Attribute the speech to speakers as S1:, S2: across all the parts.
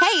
S1: Hey,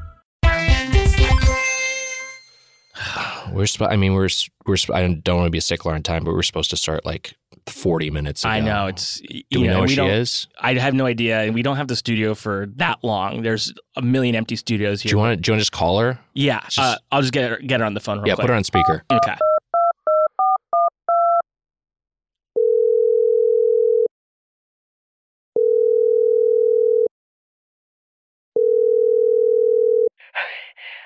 S2: We're sp- I mean, we're s- we're. Sp- I don't want to be a stickler on time, but we're supposed to start like forty minutes. ago.
S3: I know it's.
S2: Do
S3: you
S2: we know,
S3: and
S2: where
S3: we
S2: she
S3: don't-
S2: is?
S3: I have no idea, and we don't have the studio for that long. There's a million empty studios
S2: Do
S3: here.
S2: you want to? Do you want to just call her?
S3: yeah,
S2: just-
S3: uh, I'll just get her, get her on the phone. Real
S2: yeah,
S3: quick.
S2: put her on speaker.
S3: Okay.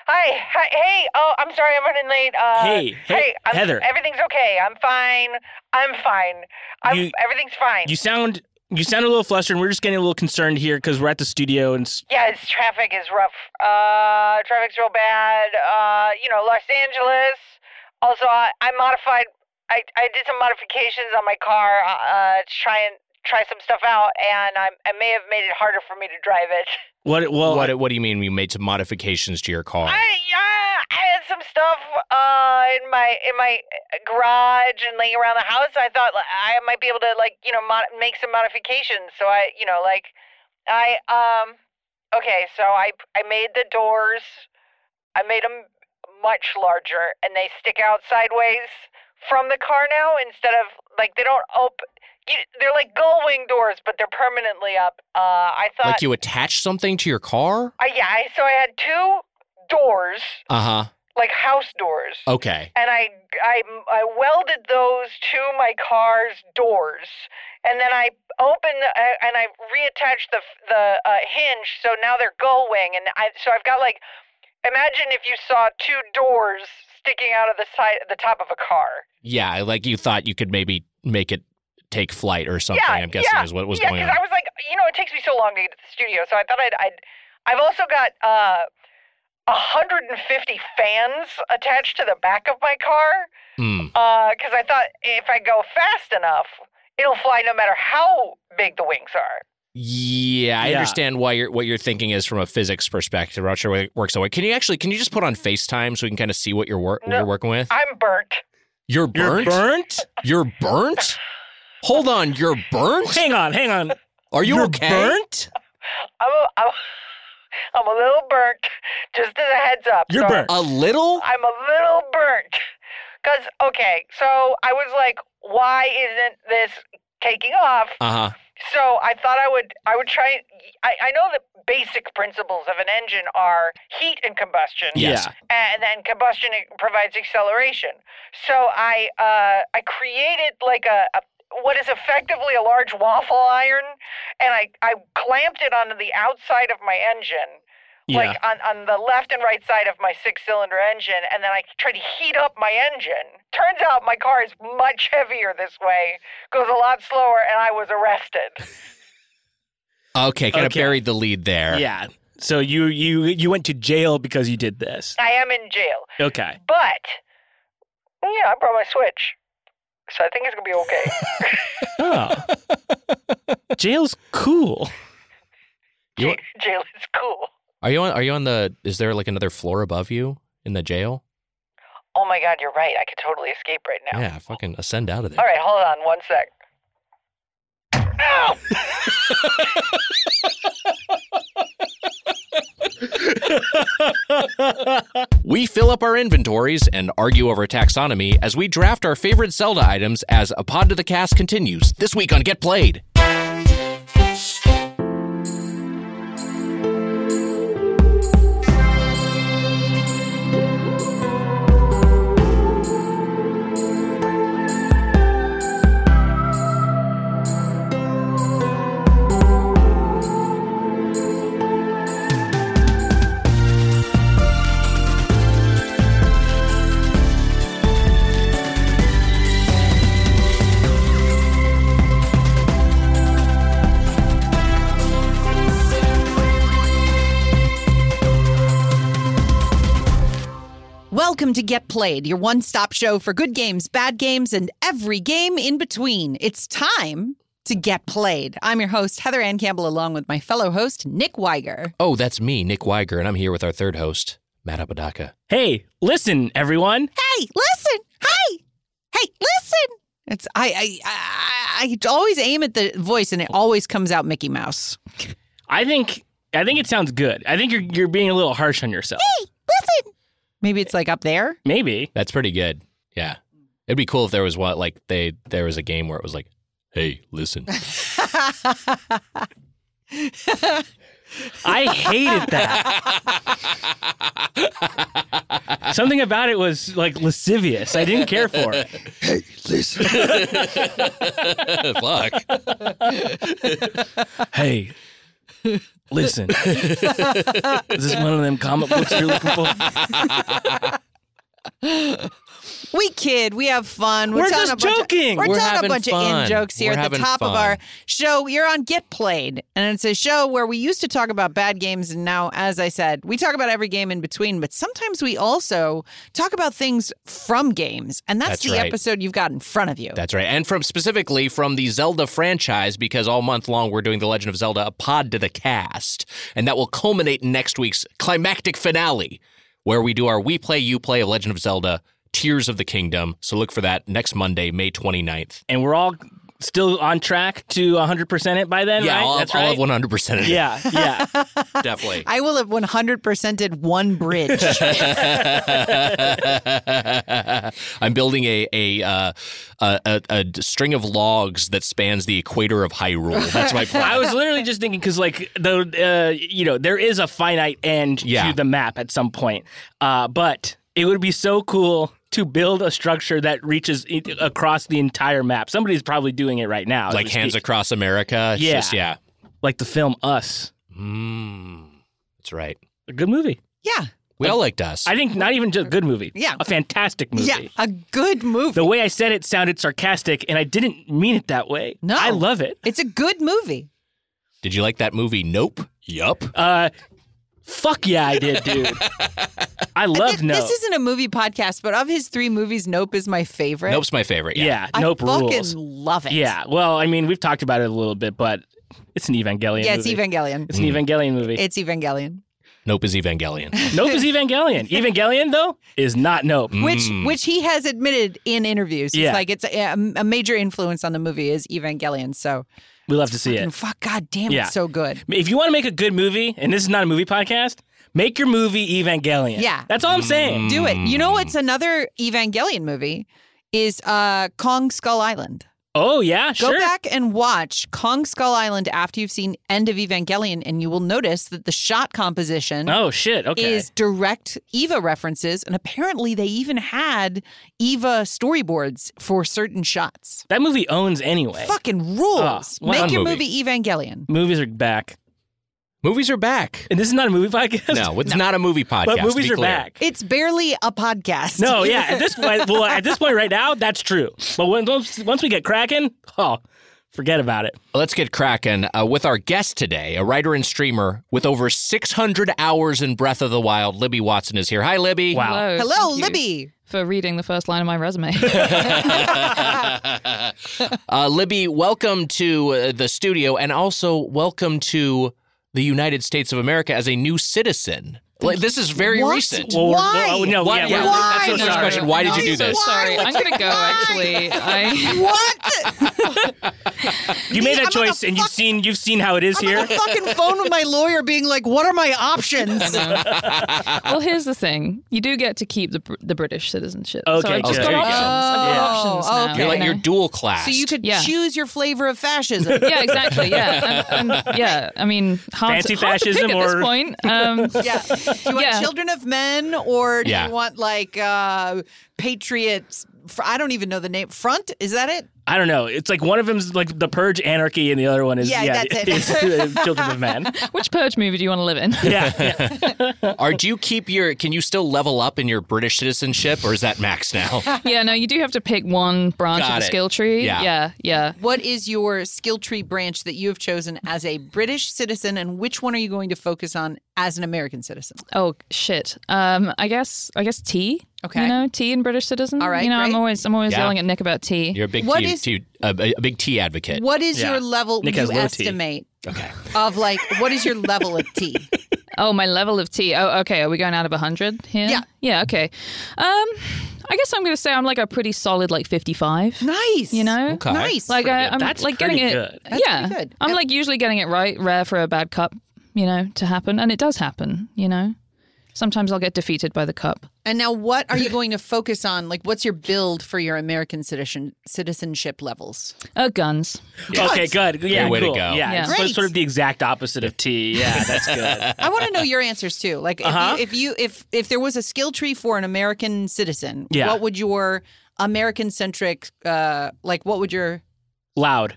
S4: Hi, hi, hey. Oh, I'm sorry, I'm running late. Uh,
S3: Hey, hey,
S4: I'm,
S3: Heather.
S4: Everything's okay. I'm fine. I'm fine. I'm,
S3: You-
S4: everything's fine.
S3: You sound you sound a little flustered. and We're just getting a little concerned here because we're at the studio and s-
S4: yeah, it's, traffic is rough. Uh, traffic's real bad. Uh, you know, Los Angeles. Also, I, I modified. I, I did some modifications on my car uh, to try and try some stuff out, and I, I may have made it harder for me to drive it.
S3: what? Well,
S2: what What do you mean? You made some modifications to your car?
S4: I yeah, I had some stuff uh in my in my uh, garage and laying around the house. I thought like, I might be able to like you know mod- make some modifications. So I you know like I um okay, so I I made the doors. I made them much larger, and they stick out sideways from the car now instead of like they don't open. They're like gull wing doors, but they're permanently up. Uh, I thought
S2: like you attach something to your car?
S4: I, yeah, I, so I had two doors,
S2: Uh
S3: Uh-huh.
S2: huh.
S4: like house doors,
S2: Okay.
S4: and I, I I welded those to my car's doors, and then I opened the, I- and I reattached the f- the uh, hinge, so now they're gull wing, and I so I've got like, imagine if you saw two doors sticking out of the side the top of a car.
S2: Yeah, like you thought you could maybe make it take flight or something. I'm guessing
S4: yeah,
S2: is what was
S4: yeah,
S2: going on.
S4: because I was like, you know, it takes me so long to get to the studio, so I thought I'd. I'd I've also got uh, 150 fans attached to the back of my car
S2: Mm.
S4: because Uh, I thought if I go fast enough, it'll fly no matter how big the wings are.
S2: Yeah, I
S3: Yeah.
S2: understand why you're what you're thinking is from a physics perspective. I'm not sure what works that way. Can you actually? Can you just put on FaceTime so we can kind of see what you're wor- what
S4: No.
S2: you're working with?
S4: I'm burnt.
S2: You're
S3: you're
S2: burnt.
S3: burnt?
S2: You're burnt. Hold on, you're burnt.
S3: hang on, hang on.
S2: Are you
S3: You're
S2: okay?
S3: burnt?
S4: I'm a, I'm, I'm a little burnt. Just as a heads up.
S3: You're
S4: so
S3: burnt.
S2: A little.
S4: I'm a little burnt. Because, okay, so I was like, why isn't this taking off?
S2: Uh huh.
S4: So I thought I would I would try I, I know the basic principles of an engine are heat and combustion.
S2: Yes.
S4: and then combustion it provides acceleration. So I uh, I created like a, a what is effectively a large waffle iron, and I I clamped it onto the outside of my engine.
S3: Yeah.
S4: Like on, on the left and right side of my six cylinder engine, and then I tried to heat up my engine. Turns out my car is much heavier this way, goes a lot slower, and I was arrested.
S2: Okay, kind of
S3: Okay.
S2: buried the lead there.
S3: Yeah. So you you you went to jail because you did this.
S4: I am in jail.
S3: Okay.
S4: But, yeah, I brought my Switch. So I think it's going to be okay.
S3: Oh. Jail's cool.
S2: You
S4: jail,
S2: want-
S4: jail is cool.
S2: Are you on? Are you on the? Is there like another floor above you in the jail?
S4: Oh my God, you're right. I could totally escape right now.
S2: Yeah, fucking ascend out of there.
S4: All right, hold on one sec. Ow!
S2: We fill up our inventories and argue over taxonomy as we draft our favorite Zelda items as A Pod to the Cast continues this week on Get Played.
S5: Welcome to Get Played, your one stop show for good games, bad games, and every game in between. It's time to get played. I'm your host, Heather Ann Campbell, along with my fellow host, Nick Weiger.
S2: Oh, that's me, Nick Weiger, and I'm here with our third host, Matt Apodaca.
S3: Hey, listen, everyone.
S5: Hey, listen. Hey, hey, listen. It's I I, I I always aim at the voice and it always comes out Mickey Mouse.
S3: I think I think it sounds good. I think you're you're being a little harsh on yourself.
S5: Hey, listen. Maybe it's like up there.
S3: Maybe.
S2: That's pretty good. Yeah. It'd be cool if there was one like they there was a game where it was like, "Hey, listen."
S3: I hated that. Something about it was like lascivious. I didn't care for it.
S2: Fuck.
S3: Hey, listen. Is this one of them comic books you're looking for?
S5: We kid. We have fun.
S3: We're
S5: telling
S3: just
S5: a bunch of-
S3: joking.
S5: we're
S2: We're
S5: telling a
S2: having
S5: bunch of in
S2: fun.
S5: jokes here
S2: We're
S5: at the
S2: having
S5: top of
S2: fun.
S5: our show. You're on Get Played, and it's a show where we used to talk about bad games, and now, as I said, we talk about every game in between. But sometimes we also talk about things from games, and that's,
S2: That's
S5: the
S2: right.
S5: episode you've got in front of you.
S2: That's right. And from specifically from the Zelda franchise, because all month long we're doing The Legend of Zelda, a pod to the cast. And that will culminate in next week's climactic finale, where we do our We Play, You Play of Legend of Zelda, Tears of the Kingdom. So look for that next Monday, May 29th.
S3: And we're all still on track to 100% it by then,
S2: yeah,
S3: right?
S2: I'll,
S3: That's
S2: I'll
S3: right.
S2: have 100% of it.
S3: Yeah, yeah.
S2: Definitely.
S5: I will have 100%ed one bridge.
S2: I'm building a a, uh, a, a a d- string of logs that spans the equator of Hyrule. That's my plan.
S3: I was literally just thinking because, like, the uh, you know, there is a finite end
S2: Yeah.
S3: to the map at some point. Uh, but it would be so cool to build a structure that reaches i- across the entire map. Somebody's probably doing it right now, as
S2: like
S3: we
S2: hands
S3: speak.
S2: across America. It's
S3: Yeah.
S2: just- yeah.
S3: like the film Us.
S2: Mm, that's right.
S3: A good movie.
S5: yeah.
S2: We all liked us.
S3: I think not even just a good movie.
S5: Yeah.
S3: a fantastic movie.
S5: Yeah. A good movie.
S3: The way I said it sounded sarcastic, and I didn't mean it that way.
S5: No.
S3: I love it.
S5: it's a good movie.
S2: Did you like that movie? Nope. Yup.
S3: Uh, fuck yeah, I did, dude. I
S5: And
S3: love
S5: thi-
S3: Nope.
S5: This isn't a movie podcast, but of his three movies, Nope is my favorite.
S2: Nope's my favorite. Yeah.
S3: yeah,
S5: I
S3: Nope
S5: fucking
S3: rules.
S5: love it.
S3: Yeah. Well, I mean, we've talked about it a little bit, but it's an Evangelion.
S5: Yeah, it's
S3: movie.
S5: Evangelion.
S3: It's an
S2: Hmm.
S3: Evangelion movie.
S5: It's Evangelion.
S2: Nope is Evangelion.
S3: nope is Evangelion. Evangelion though is not Nope.
S2: Hmm.
S5: Which which he has admitted in interviews. It's
S3: Mm. Yeah.
S5: like it's a, um, a major influence on the movie is Evangelion. So
S3: We'll have to see
S5: and
S3: it.
S5: fuck god damn
S3: Yeah.
S5: it's so good.
S3: If you want to make a good movie, and this is not a movie podcast, make your movie Evangelion.
S5: Yeah.
S3: That's all I'm saying.
S2: Hmm.
S5: Do it. You know
S3: Mm.
S5: what's another Evangelion movie is uh Kong Skull Island.
S3: Oh yeah,
S5: Go
S3: sure.
S5: back and watch Kong Skull Island after you've seen End of Evangelion and you will notice that the shot composition
S3: Oh shit. Okay.
S5: is direct Eva references and apparently they even had Eva storyboards for certain shots.
S3: that movie owns anyway.
S5: Fucking rules.
S3: Ah, wow.
S5: Make your
S2: Fun movie.
S5: movie Evangelion.
S3: Movies are back,
S2: Movies are back.
S3: and this is not a movie podcast.
S2: No, it's not a movie podcast.
S3: but
S2: to
S3: movies
S2: be
S3: are
S2: clear.
S3: back.
S5: It's barely a podcast.
S3: No, yeah. At this point, well, at this point right now, that's true. But when, once once we get cracking, oh, forget about it.
S2: Let's get cracking uh, with our guest today, a writer and streamer with over 600 hours in Breath of the Wild. Libby Watson is here. Hi, Libby.
S3: Wow.
S6: Hello.
S5: Hello,
S6: thank you
S5: Libby.
S6: For reading the first line of my resume.
S2: Uh, Libby, welcome to uh, the studio and also welcome to the United States of America as a new citizen. Like, this is very
S5: What?
S2: recent.
S5: Well,
S3: we're-
S5: Why?
S3: well, no,
S2: Why?
S3: yeah, we're-
S5: Why?
S3: that's
S2: the
S3: so
S2: first
S3: sorry.
S2: question. Why did you do
S6: I'm
S2: this?
S6: So sorry. I'm gonna go. Actually, I.
S5: What?
S3: You made that
S5: I'm on
S3: choice,
S5: the
S3: and you've
S5: fuck-
S3: seen you've seen how it is
S5: I'm on
S3: here.
S5: the fucking phone with my lawyer being like, what are my options?
S6: Well, here's the thing. You do get to keep the br- the British citizenship.
S3: Okay,
S6: so I
S2: good.
S6: just
S2: There
S6: got
S2: you go.
S6: options. I've got
S5: Oh,
S6: options now.
S5: okay.
S2: You're like, you're dual class.
S5: so you could
S6: Yeah.
S5: choose your flavor of fascism.
S6: yeah, exactly. Yeah, and, and, yeah. I mean, hard
S3: Fancy
S6: to, hard to pick
S3: fascism
S6: at
S3: or-
S6: this point. Um,
S5: Yeah. Do you want
S6: Yeah.
S5: children of men or do
S2: Yeah.
S5: you want like uh patriots? fr- I don't even know the name. Front? Is that it?
S3: I don't know. It's like one of them's like the Purge anarchy, and the other one is
S5: Yeah,
S3: yeah,
S5: that's it.
S3: it's, uh, Children of Men.
S6: Which purge movie do you want to live in?
S3: Yeah, yeah.
S2: Are do you keep your? Can you still level up in your British citizenship, or is that max now?
S6: yeah, no, you do have to pick one branch
S2: Got
S6: of the
S2: it.
S6: skill tree.
S2: Yeah.
S6: yeah, yeah.
S5: What is your skill tree branch that you have chosen as a British citizen, and which one are
S3: Uh,
S5: you going to focus on as an American citizen?
S6: Oh shit. Um, I guess I guess tea.
S5: Okay.
S6: You know, tea and British citizen.
S5: All right,
S6: You know, I'm
S5: great.
S6: always I'm always
S2: Yeah.
S6: yelling at Nick about tea.
S2: You're a big
S5: What
S2: tea,
S5: is-
S2: tea- a, a big tea advocate.
S5: What is
S3: Yeah.
S5: your level?
S3: Nick
S5: would
S3: has
S5: you
S3: low T.
S5: estimate
S2: Okay.
S5: of like what is your level of tea?
S6: Oh, my level of tea. Oh, okay. Are we going out of 100 here?
S5: Yeah.
S6: Yeah, okay. Um, I guess I'm going to say I'm like a pretty solid like 55.
S5: Nice.
S6: You know?
S2: Okay.
S5: Nice.
S6: Like I,
S3: good.
S6: I'm
S3: That's
S6: like getting
S3: pretty
S6: it.
S3: good.
S5: That's
S6: yeah,
S5: pretty good.
S6: I'm
S5: I-
S6: like usually getting it right. Rare for a bad cup, you know, to happen, and it does happen. You know, sometimes I'll get defeated by the cup.
S5: and now, what are you going to focus on? Like, what's your build for your American citizen citizenship levels?
S6: Uh, guns.
S3: Okay, good. Yeah,
S2: way to
S3: cool.
S2: go.
S3: Yeah,
S6: Yeah.
S3: it's sort-
S5: Great.
S3: sort of the exact opposite of tea. Yeah, that's good.
S5: I want to know your answers too. Like, if,
S3: Uh-huh.
S5: you, if you if if there was a skill tree for an American citizen,
S3: Yeah.
S5: what would your American centric uh like? What would your
S3: Loud.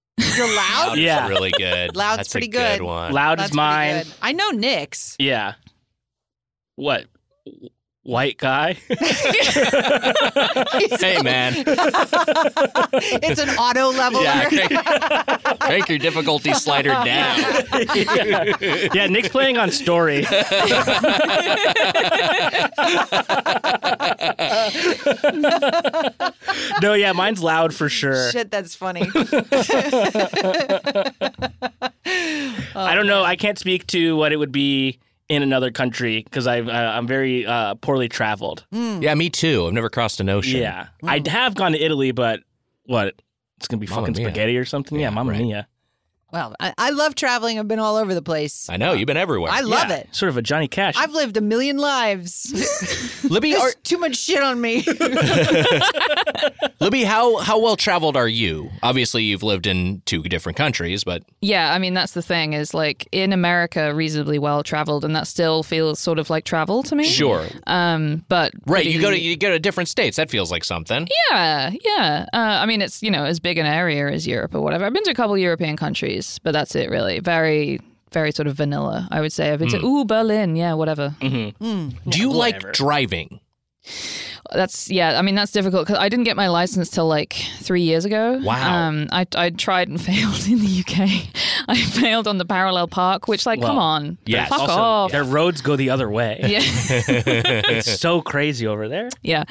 S5: you're loud?
S2: Loud is
S3: Yeah.
S2: really good.
S5: Loud's
S2: That's
S5: pretty
S2: a good.
S5: good.
S2: one.
S3: Loud
S5: That's
S3: is
S5: pretty
S3: mine.
S5: good. I know Nick's.
S3: Yeah. What? White guy?
S2: Hey man,
S5: it's an auto level.
S2: yeah, crank, crank your difficulty slider down.
S3: yeah. yeah, Nick's playing on story. no, yeah, mine's loud for sure.
S5: Shit, that's funny.
S3: I don't know. I can't speak to what it would be in another country because uh, I'm very uh, poorly traveled.
S2: Yeah, me too. I've never crossed an ocean.
S3: Yeah, I have gone to Italy, but what? It's gonna be
S2: Mamma
S3: fucking
S2: mia.
S3: spaghetti or something. Yeah,
S2: Yeah,
S3: Mamma
S2: right.
S3: Mia.
S5: well, I, I love traveling. I've been all over the place.
S2: I know you've been everywhere.
S5: I love
S3: Yeah,
S5: it.
S3: Sort of a Johnny Cash.
S5: I've lived a million lives.
S2: Libby,
S5: There's
S2: are,
S5: too much shit on me.
S2: Libby, how how well traveled are you? Obviously, you've lived in two different countries, but
S6: Yeah, I mean that's the thing is like in America, reasonably well traveled, and that still feels sort of like travel to me.
S2: sure,
S6: Um, but
S2: right? You go to
S6: pretty-
S2: you go to different states. That feels like something.
S6: Yeah, yeah. Uh, I mean, it's you know as big an area as Europe or whatever. I've been to a couple European countries, but that's it really. Very, very sort of vanilla. I would say I've been to ooh Berlin, yeah, whatever.
S2: Do you
S3: whatever.
S2: like driving?
S6: That's yeah. I mean, that's difficult because I didn't get my license till like three years ago.
S2: Wow.
S6: Um, I I tried and failed in the UK. I failed on the parallel park, which like, come
S3: Well,
S6: on,
S2: yes.
S6: fuck
S3: also,
S6: off.
S3: their roads go the other way.
S6: yeah.
S3: It's so crazy over there.
S6: yeah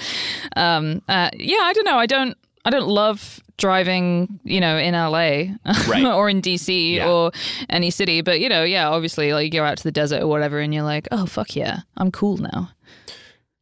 S6: um uh yeah i don't know i don't i don't love driving you know in la or in dc
S2: Yeah.
S6: or any city but you know yeah obviously like you go out to the desert or whatever and you're like oh fuck yeah i'm cool now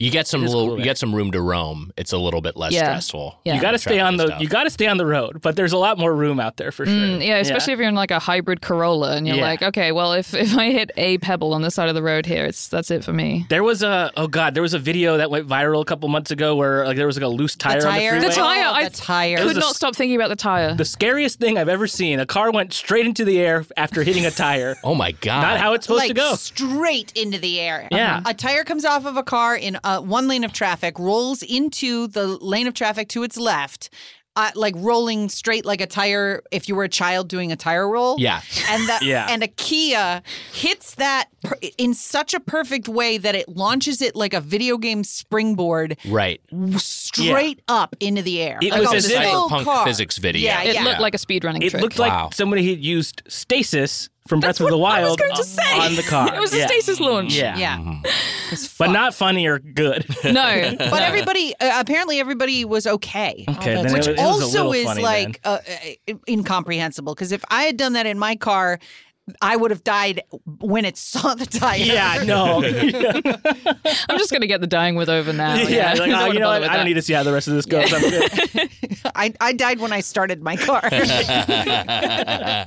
S2: You get some
S3: It is
S2: little,
S3: cool
S2: you
S3: there.
S2: get some room to roam. It's a little bit less
S6: Yeah.
S2: stressful.
S6: Yeah.
S3: You got to stay on the.
S2: Traveling
S3: You
S2: stuff.
S3: got to stay on the road, but there's a lot more room out there for sure.
S6: Mm, yeah especially if you're in like a hybrid corolla and you're
S3: Yeah.
S6: like okay well if if i hit a pebble on the side of the road here it's that's it for me
S3: There was a oh god, there was a video that went viral a couple months ago where like there was like a loose tire, on the freeway.
S6: The tire,
S5: Oh,
S6: I
S5: the tire.
S6: could not stop thinking about the tire
S3: The scariest thing I've ever seen. A car went straight into the air after hitting a tire.
S2: Oh my god!
S3: Not how it's supposed to
S5: like
S3: go.
S5: straight into the air.
S3: Yeah.
S5: A tire comes off of a car in uh, one lane of traffic, rolls into the lane of traffic to its left, uh, like rolling straight like a tire if you were a child doing a tire roll.
S2: Yeah.
S5: And that
S3: Yeah.
S5: and a Kia hits that per- in such a perfect way that it launches it like a video game springboard
S2: right.
S5: straight up into the air.
S3: It
S5: Like
S3: was
S5: a
S3: as if-
S5: full
S2: Cyberpunk
S5: car.
S2: physics video.
S5: Yeah,
S6: it
S5: yeah.
S6: looked like a speed running
S3: It
S6: trick
S3: looked
S2: Wow.
S3: like somebody had used stasis from Breath of the
S6: I was
S3: Wild
S6: going to
S3: on,
S6: say.
S3: on the car.
S6: it was
S3: yeah.
S6: a stasis launch
S3: Yeah.
S5: yeah.
S3: But not funny or good.
S6: no
S5: But everybody, uh, apparently, everybody was okay.
S3: Okay, then it was,
S5: Which
S3: it was a
S5: also
S3: little
S5: is
S3: funny
S5: like uh, uh, incomprehensible because if I had done that in my car, I would have died when it saw the tire.
S3: then. Yeah,
S6: Oh,
S3: no. yeah,
S6: i'm just gonna get the dying with over now yeah,
S3: like,
S6: Don't
S3: oh,
S6: wanna
S3: you know
S6: bother
S3: what?
S6: with
S3: I
S6: that.
S3: don't need to see how the rest of this goes. I'm good.
S5: I, I died when I started my car.
S2: Uh,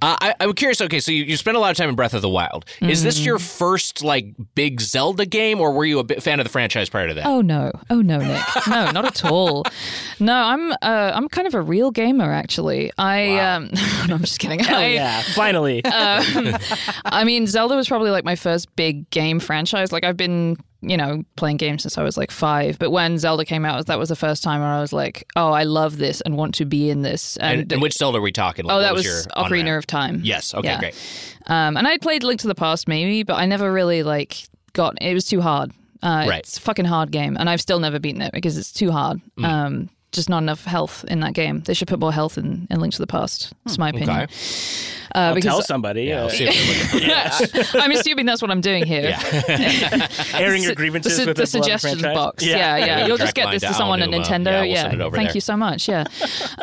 S2: I, I'm curious. Okay, so you, you spent a lot of time in Breath of the Wild. Is
S6: Mm-hmm.
S2: this your first like big Zelda game, or were you a bit fan of the franchise prior to that?
S6: Oh no! Oh no, Nick! No, not at all. No, I'm uh, I'm kind of a real gamer actually. I um, no, I'm just kidding. I,
S3: yeah, finally.
S6: um, I mean, Zelda was probably like my first big game franchise. Like I've been, you know, playing games since I was like five. But when Zelda came out, that was the first time where I was like, oh, I love this and want to be in this.
S2: and, and which Zelda are we talking? Like,
S6: oh,
S2: what
S6: that was,
S2: your
S6: Ocarina
S2: on-ramp?
S6: of Time.
S2: Yes. Okay.
S6: Yeah.
S2: Great.
S6: Um, and I played Link to the Past maybe, but I never really like got. It was too hard. Uh,
S2: Right. Mm.
S6: It's a fucking hard game, and I've still never beaten it because it's too hard. Um, just not enough health in that game. They should put more health in, in Link to the Past. It's my opinion.
S2: Hmm. Okay.
S6: Uh,
S3: I'll tell
S6: because
S3: somebody.
S2: Yeah,
S3: uh,
S2: I'll see if they're looking for that.
S6: I'm assuming that's what I'm doing here.
S3: airing your
S6: su-
S3: grievances
S6: the, su-
S3: with
S6: the
S3: a beloved
S6: suggestions
S3: franchise.
S6: box. Yeah, yeah.
S2: Yeah, we
S6: You'll
S2: can
S6: just
S2: track
S6: get this
S2: mine
S6: to
S2: down.
S6: someone
S2: I'll
S6: on
S2: do, uh,
S6: Nintendo.
S2: yeah,
S6: Yeah,
S2: we'll send it over
S6: thank
S2: there.
S6: you so much. Yeah,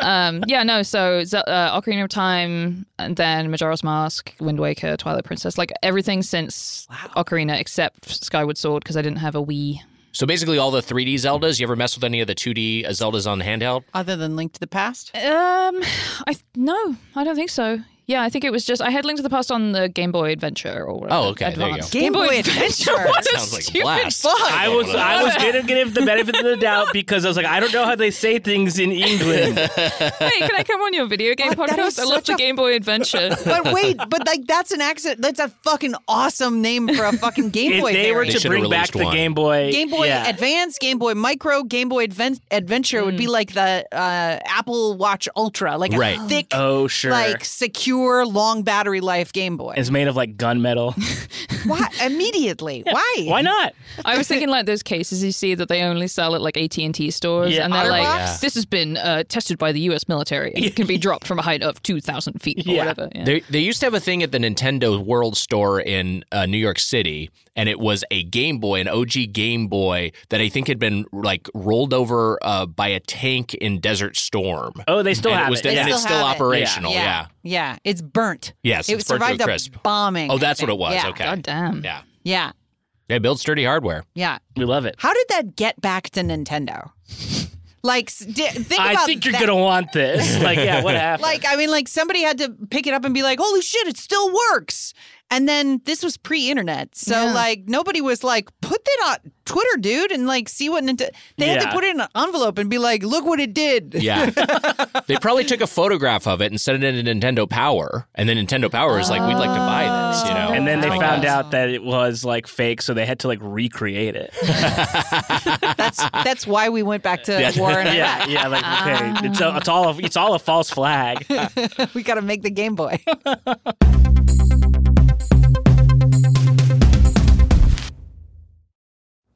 S6: um, yeah. No, so Ze- uh, Ocarina of Time, and then Majora's Mask, Wind Waker, Twilight Princess, like everything since Ocarina except Skyward Sword because I didn't have a Wii.
S2: So basically, all the 3D Zeldas. You ever mess with any of the 2D Zeldas on handheld?
S5: Other than Link to the Past?
S6: Um, I th- no, I don't think so. Yeah, I think it was just I had Link to the Past on the Game Boy Adventure or whatever.
S2: Oh, okay, there you go.
S6: Advance.
S5: Game Boy Adventure.
S6: What a
S2: Sounds like a
S6: stupid
S2: blast.
S6: book.
S3: I was I was gonna give the benefit of the doubt because I was like I don't know how they say things in England.
S6: Hey, can I come on your video game
S5: God, that is
S6: podcast? I love
S5: such
S6: the
S5: a-
S6: Game Boy Adventure.
S5: But wait, but like that's an accident. That's a fucking awesome name for a fucking Game
S3: if
S5: Boy.
S3: they were
S5: variant.
S2: They
S3: to
S2: should've
S3: bring back
S2: released
S3: the
S2: one.
S3: Game Boy,
S5: Game Boy
S3: yeah.
S5: Advance, Game Boy Micro, Game Boy Adven- Adventure would be like the uh, Apple Watch Ultra, like
S2: Right.
S5: a thick,
S3: oh sure,
S5: like secure, long battery life Game Boy.
S3: it's made of like gunmetal.
S5: Why immediately? Why?
S3: Why not?
S6: I was thinking like those cases you see that they only sell at like AT and T stores,
S3: Yeah,
S6: and they're like,
S5: Otterbox? Yeah.
S6: "This has been uh, tested by the U.S. military. and It can be dropped from a height of two thousand feet or
S3: Yeah.
S6: whatever." Yeah.
S2: They, they used to have a thing at the Nintendo World Store in uh, New York City, and it was a Game Boy, an OG Game Boy that I think had been like rolled over uh, by a tank in Desert Storm.
S3: Oh, they still
S2: and
S3: have
S2: it was,
S3: it.
S5: They
S2: and
S3: Yeah.
S2: it's still
S5: have it.
S2: operational. Yeah.
S5: yeah, yeah, it's burnt.
S2: Yes,
S5: it
S2: it's burnt to
S5: survived
S2: a
S5: a
S2: crisp.
S5: bombing.
S2: Oh,
S5: I
S2: that's what
S5: think.
S2: it was.
S5: Yeah,
S2: Okay.
S6: God damn.
S2: Yeah.
S5: yeah,
S2: They build sturdy hardware.
S5: yeah.
S3: We love it.
S5: How did that get back to Nintendo? Like, s- di- think
S3: I
S5: about
S3: think you're
S5: that.
S3: gonna want this. Like, yeah, what happened?
S5: Like, I mean, like somebody had to pick it up and be like, "Holy shit, it still works!" And then this was pre-internet, so
S6: Yeah.
S5: like nobody was like, "Put that on Twitter, dude," and like see what Nintendo. They had to
S3: Yeah.
S5: put it in an envelope and be like, "Look what it did."
S2: Yeah. they probably took a photograph of it and sent it into Nintendo Power, and then Nintendo Power is like, "We'd like to buy this," you know.
S3: and then they
S5: oh
S2: Like,
S3: found
S2: uh,
S3: out that it was like fake, so they had to like recreate it.
S5: That's that's why we went back to war in Iraq.
S3: yeah, yeah. Like, okay, it's, a, it's all a, it's all a false flag.
S5: We got to make the Game Boy.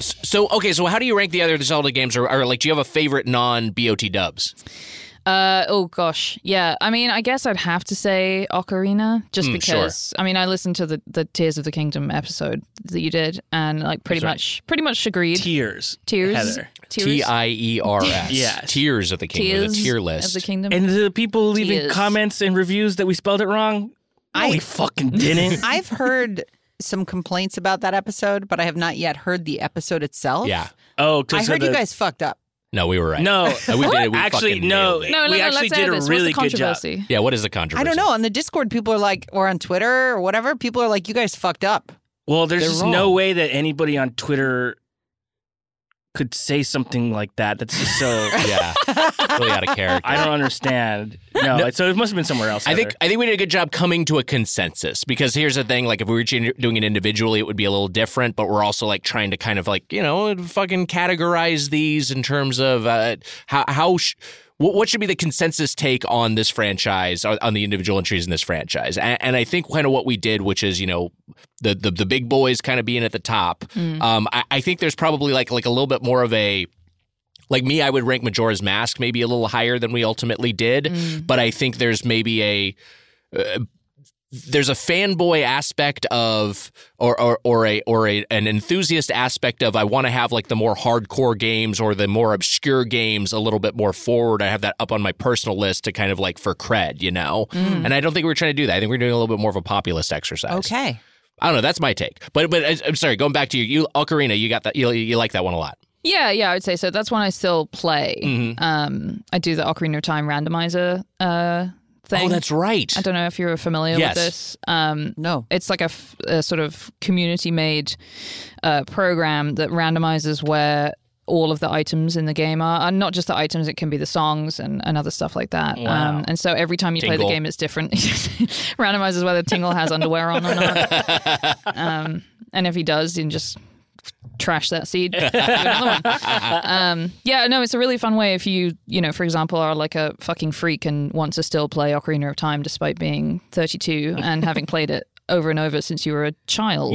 S2: So okay, so how do you rank the other Zelda games, or, or like, do you have a favorite non BOT dubs?
S6: Uh, oh gosh, yeah. I mean, I guess I'd have to say Ocarina, just
S2: Mm, sure.
S6: because. I mean, I listened to the the Tears of the Kingdom episode that you did, and like pretty
S2: right.
S6: much, pretty much agreed.
S3: Tears,
S6: Tears,
S3: Heather.
S6: tears,
S2: T i e r s.
S3: Yes.
S2: Tears of the Kingdom.
S6: tears
S2: Tears a tier
S6: of
S2: list.
S6: the Kingdom.
S3: And the people leaving
S6: Tears.
S3: comments and reviews that we spelled it wrong. No,
S5: I-
S3: we fucking didn't.
S5: I've heard some complaints about that episode, but I have not yet heard the episode itself.
S2: yeah.
S3: oh,
S5: I
S3: 'cause of
S5: heard you
S3: the-
S5: guys fucked up.
S2: No, we were right.
S3: No,
S2: No, we did it. We
S3: actually
S2: fucking
S3: no.
S2: nailed it.
S6: no, no,
S3: we
S6: no,
S3: actually
S6: let's
S3: did
S6: air
S3: a
S6: this.
S3: really
S6: What's
S3: good
S6: the
S3: job.
S6: controversy?
S2: Yeah. What is the controversy?
S5: I don't know. On the Discord, people are like, or on Twitter or whatever, people are like, you guys fucked up.
S3: Well, there's
S2: They're
S3: just no
S2: wrong.
S3: way that anybody on Twitter could say something like that. That's just so.
S2: Yeah. really out of character.
S3: I don't understand. No, like, so it must have been somewhere else.
S2: I think
S3: Heather.
S2: I think we did a good job coming to a consensus because here's the thing: like if we were ch- doing it individually, it would be a little different. But we're also like trying to kind of like you know fucking categorize these in terms of uh, how how sh- what, what should be the consensus take on this franchise on, on the individual entries in this franchise. And, and I think kind of what we did, which is you know the the, the big boys kind of being at the top. Um, I, I think there's probably like like a little bit more of a like me, I would rank Majora's Mask
S3: Mm.
S2: maybe a little higher than we ultimately did, but I think there's maybe a uh, there's a fanboy aspect of or or, or a or a, an enthusiast aspect of I want to have like the more hardcore games or the more obscure games a little bit more forward. I have that up on my personal list to kind of like for cred, you know.
S6: Mm.
S2: And I don't think we're trying to do that. I think we're doing a little bit more of a populist exercise.
S5: Okay.
S2: I don't know. That's my take. But but I- I'm sorry. Going back to you, you Ocarina, you got that. You, you like that one a lot.
S6: Yeah, yeah, I would say so. That's one I still play.
S2: Mhm.
S6: Um, I do the Ocarina of Time randomizer uh, thing.
S2: Oh, that's right.
S6: I don't know if you're familiar
S2: Yes.
S6: with this. Um,
S5: No.
S6: it's like a, f- a sort of community-made uh, program that randomizes where all of the items in the game are, and not just the items. It can be the songs and, and other stuff like that. Um, and so every time you play
S2: Tingle.
S6: the game, it's different. randomizes whether Tingle has underwear on or not. Um, and if he does, then just trash that seed. Do another one. Um, yeah, no, it's a really fun way if you, you know, for example, are like a fucking freak and want to still play Ocarina of Time despite being 32 and having played it over and over since you were a child.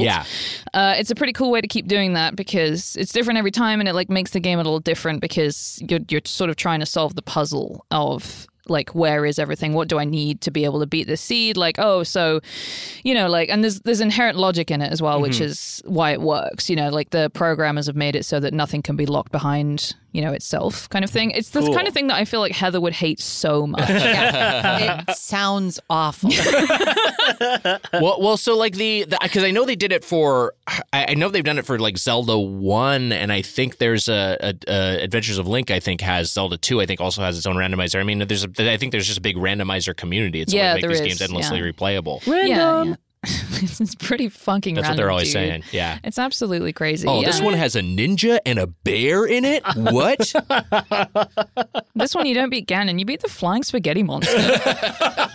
S2: Yeah.
S6: Uh, it's a pretty cool way to keep doing that because it's different every time and it like makes the game a little different because you're, you're sort of trying to solve the puzzle of like where is everything what do i need to be able to beat this seed like oh so you know like and there's there's inherent logic in it as well
S2: Mm-hmm.
S6: which is why it works you know like the programmers have made it so that nothing can be locked behind you know itself kind of thing it's the kind of thing that i feel like heather would hate so much
S5: Yeah. it sounds awful.
S2: well, well, so like the because I know they did it for I, I know they've done it for like Zelda one, and I think there's a, a, a Adventures of Link. I think has Zelda two. I think also has its own randomizer. I mean, there's a, I think there's just a big randomizer community. It's
S6: Yeah,
S2: yeah, make
S6: there
S2: these
S6: is,
S2: games endlessly
S6: yeah.
S2: replayable.
S6: yeah, yeah. it's pretty fucking
S2: That's what
S6: random,
S2: they're always
S6: dude.
S2: saying. Yeah.
S6: it's absolutely crazy
S2: Oh,
S6: yeah.
S2: this one has a ninja and a bear in it. What?
S6: This one you don't beat Ganon, you beat the flying spaghetti monster.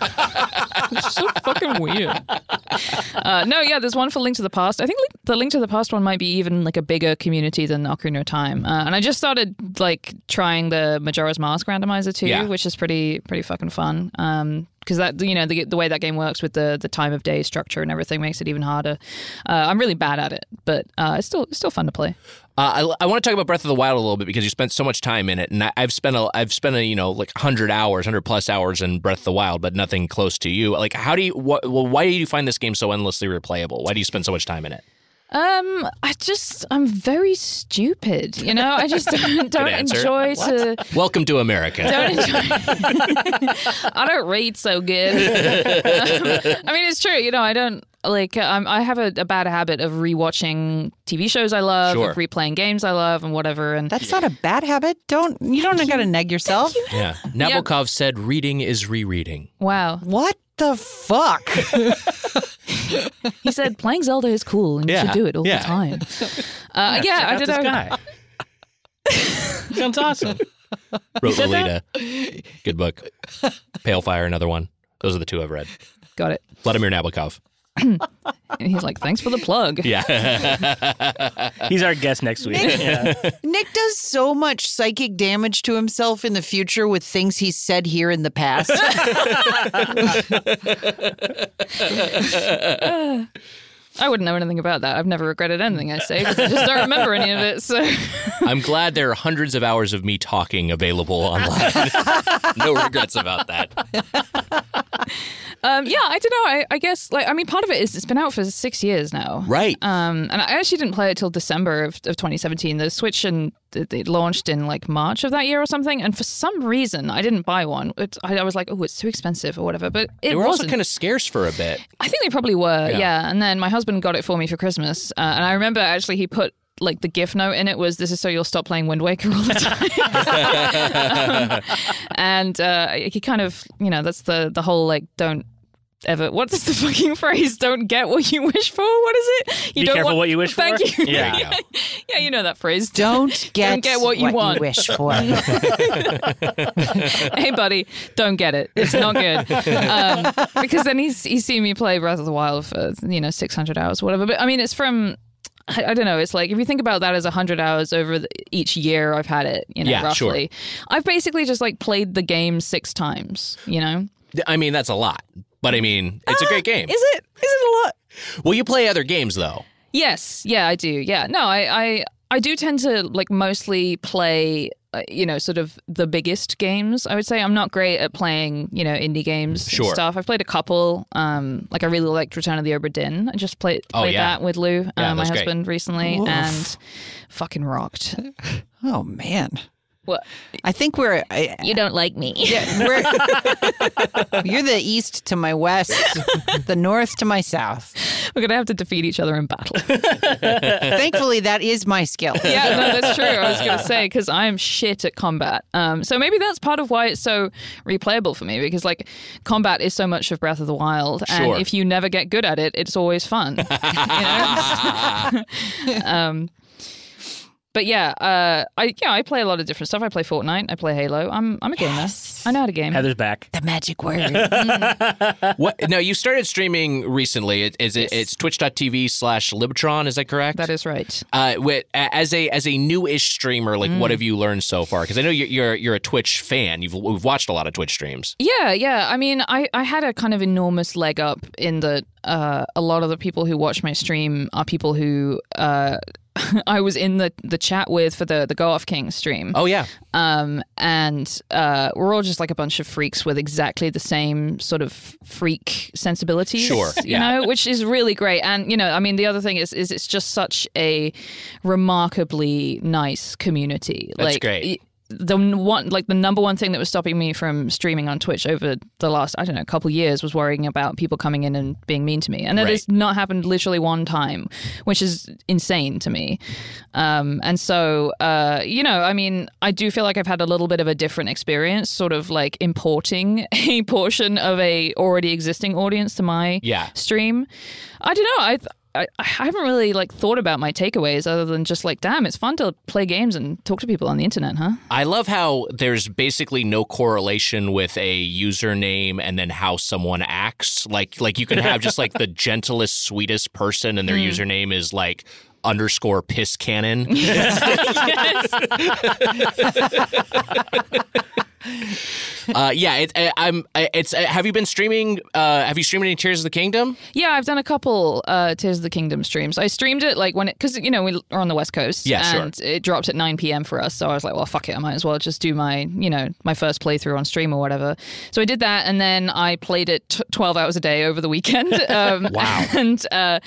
S6: it's so fucking weird. Uh, no, yeah, there's one for Link to the Past. I think Link, the Link to the Past one might be even like a bigger community than Ocarina of Time. Uh, and I just started like trying the Majora's Mask randomizer too,
S2: Yeah.
S6: which is pretty pretty fucking fun. Um, because that you know the, the way that game works with the the time of day structure and everything makes it even harder. Uh, I'm really bad at it, but uh, it's still it's still fun to play.
S2: Uh, I, I want to talk about Breath of the Wild a little bit because you spent so much time in it, and I, I've spent a, I've spent a, you know like hundred hours, hundred plus hours in Breath of the Wild, but nothing close to you. Like, how do you? Wh- well, why do you find this game so endlessly replayable? Why do you spend so much time in it?
S6: Um, I just I'm very stupid. You know, I just don't, don't
S2: answer.
S6: enjoy to
S2: Welcome to America.
S6: don't enjoy. I don't read so good. Um, I mean, it's true. You know, I don't like. Um, I have a, a bad habit of rewatching TV shows I love,
S2: Sure.
S6: of replaying games I love, and whatever. And
S5: That's not a bad habit. Don't you don't gotta neg yourself.
S2: Yeah, Nabokov said, "Reading is rereading."
S6: wow,
S5: What the fuck?
S6: he said playing Zelda is cool, and
S2: Yeah.
S6: you should do it all
S2: Yeah.
S6: the time. Uh, yeah,
S3: check
S6: I
S3: out
S6: did.
S3: this
S6: a-
S3: guy. Sounds awesome.
S2: Wrote Lolita. Good book. Pale Fire, another one. Those are the two I've read.
S6: Got it.
S2: Vladimir Nabokov.
S6: And he's like, "Thanks for the plug."
S2: Yeah.
S3: He's our guest next week. Yeah.
S5: Nick does so much psychic damage to himself in the future with things he said here in the past.
S6: I wouldn't know anything about that. I've never regretted anything I say. 'cause I just don't remember any of it. So.
S2: I'm glad there are hundreds of hours of me talking available online. no regrets about that.
S6: Um, yeah, I don't know. I, I guess, like, I mean, part of it is it's been out for six years now.
S2: Right.
S6: Um, and I actually didn't play it till December of, of 2017. The Switch and it it launched in like March of that year or something. And for some reason, I didn't buy one. It, I, I was like, oh, it's too expensive or whatever. But it
S2: they were also
S6: wasn't.
S2: kind of scarce for a bit.
S6: I think they probably were,
S2: Yeah.
S6: yeah. And then my husband got it for me for Christmas, uh, and I remember actually he put like the gift note in it was "This is so you'll stop playing Wind Waker all the time," Um, and uh, he kind of you know that's the the whole like don't ever what's the fucking phrase don't get what you wish for what is it you
S3: Be
S6: don't
S3: careful
S6: want-
S3: what you wish
S6: thank
S3: for.
S6: you
S3: Yeah.
S2: There you go.
S6: yeah you know that phrase
S5: Don't get,
S6: get what you want.
S5: wish for.
S6: hey buddy don't get it it's not good um, because then he's he's seen me play breath of the wild for you know 600 hours whatever but i mean it's from I, I don't know. It's like if you think about that as 100 hours over the, each year I've had it, you know,
S2: Yeah, sure.
S6: roughly. I've basically just like played the game six times, you know?
S2: I mean, that's a lot. But I mean, it's a great game.
S6: Ah, Is it? Is it a lot?
S2: Well, you play other games though.
S6: Yes, yeah, I do. Yeah, no, I, I, I do tend to like mostly play uh, you know, sort of the biggest games. I would say I'm not great at playing, you know, indie games and
S2: Sure.
S6: stuff. I've played a couple. Um, like I really liked Return of the Obra Dinn. I just played
S2: Oh,
S6: played
S2: yeah.
S6: that with Lou,
S2: Yeah,
S6: uh, my
S2: that's great.
S6: husband, recently, and fucking rocked.
S5: Oh man,
S6: What
S5: I think we're I,
S6: you don't like me?
S5: we're you're the east to my west, the north to my south.
S6: We're gonna have to defeat each other in battle.
S5: Thankfully, that is my skill.
S6: yeah, no, that's true. I was going to say because I'm shit at combat. Um, so maybe that's part of why it's so replayable for me because like combat is so much of Breath of the Wild,
S2: Sure.
S6: and if you never get good at it, it's always fun. you know? um, but yeah, uh, I yeah I play a lot of different stuff. I play Fortnite. I play Halo. I'm I'm a gamer. I know how to game.
S3: Heather's back.
S5: The magic word.
S6: Mm-hmm.
S2: What? Now you started streaming recently. It- Is it? It's twitch.tv slash Libtron. Is that correct?
S6: that is right.
S2: Uh, wi- a- as a as a newish streamer, like
S6: Mm.
S2: what have you learned so far? Because I know you're, you're you're a Twitch fan. You've we've watched a lot of Twitch streams.
S6: Yeah, yeah. I mean, I, I had a kind of enormous leg up in that uh, a lot of the people who watch my stream are people who uh, I was in the, the chat with for the, the Go Off King stream.
S2: Oh yeah,
S6: Um, and uh, we're all just like a bunch of freaks with exactly the same sort of freak sensibilities.
S2: Sure,
S6: You
S2: yeah.
S6: know, which is really great. And, you know, I mean, the other thing is, is it's just such a remarkably nice community.
S2: That's
S6: like,
S2: great.
S6: y- the one like the number one thing that was stopping me from streaming on Twitch over the last I don't know couple years was worrying about people coming in and being mean to me, and that
S2: Right.
S6: has not happened literally one time, which is insane to me. Um, and so uh, you know, I mean, I do feel like I've had a little bit of a different experience, sort of like importing a portion of a already existing audience to my
S2: Yeah.
S6: stream. I don't know. I. I, I haven't really like thought about my takeaways other than just like damn it's fun to play games and talk to people on the internet huh
S2: I love how there's basically no correlation with a username and then how someone acts. Like like you can have just like the gentlest, sweetest person, and their username is like underscore piss cannon. uh, yeah, it, I, I'm. I, it's. uh, Have you been streaming? Uh, have you streamed any Tears of the Kingdom?
S6: Yeah, I've done a couple uh, Tears of the Kingdom streams. I streamed it like when it because you know we are on the West Coast.
S2: Yeah, sure.
S6: and It dropped at 9 p.m. for us, so I was like, well, fuck it, I might as well just do my you know my first playthrough on stream or whatever. So I did that, and then I played it t- 12 hours a day over the weekend. Um, wow, and uh,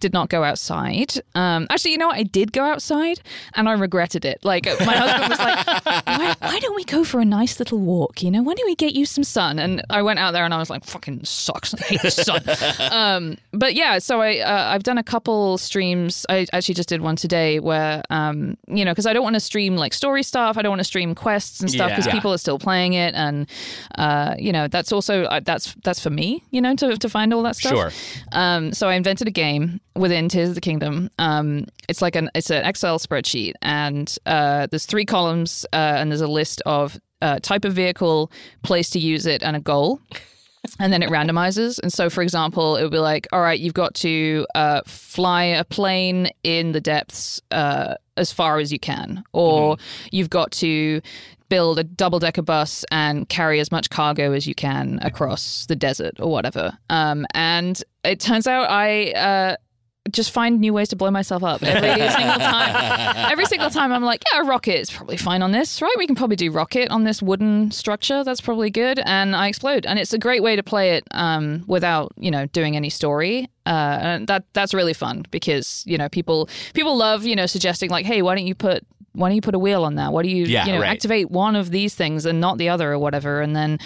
S6: did not go outside. Um, actually, you know what? I did go outside, and I regretted it. Like my husband was like, why, why don't we go for a nice little walk? You know, why don't we get you some sun? And I went out there, and I was like, fucking sucks. I hate the sun. um, but yeah, so I uh, I've done a couple streams. I actually just did one today where um, you know because I don't want to stream like story stuff. I don't want to stream quests and stuff because
S2: Yeah.
S6: people are still playing it, and uh, you know that's also uh, that's that's for me. You know to to find all that stuff.
S2: Sure.
S6: Um, so I invented a game within Tears of the Kingdom. Um, it's like an it's an Excel spreadsheet, and uh, there's three columns, uh, and there's a list of uh, type of vehicle, place to use it, and a goal and then it randomizes. And so, for example, it would be like, all right, you've got to uh, fly a plane in the depths uh, as far as you can, or you've got to build a double decker bus and carry as much cargo as you can across the desert or whatever. Um, and it turns out I. Uh, just find new ways to blow myself up every single time. Every single time, I'm like, yeah, a rocket is probably fine on this, right? We can probably do rocket on this wooden structure. That's probably good. And I explode, and it's a great way to play it um, without you know doing any story. Uh, and that that's really fun because you know people people love you know suggesting like, hey, why don't you put why don't you put a wheel on that? Why do you
S2: Yeah,
S6: you know
S2: right.
S6: activate one of these things and not the other or whatever? And then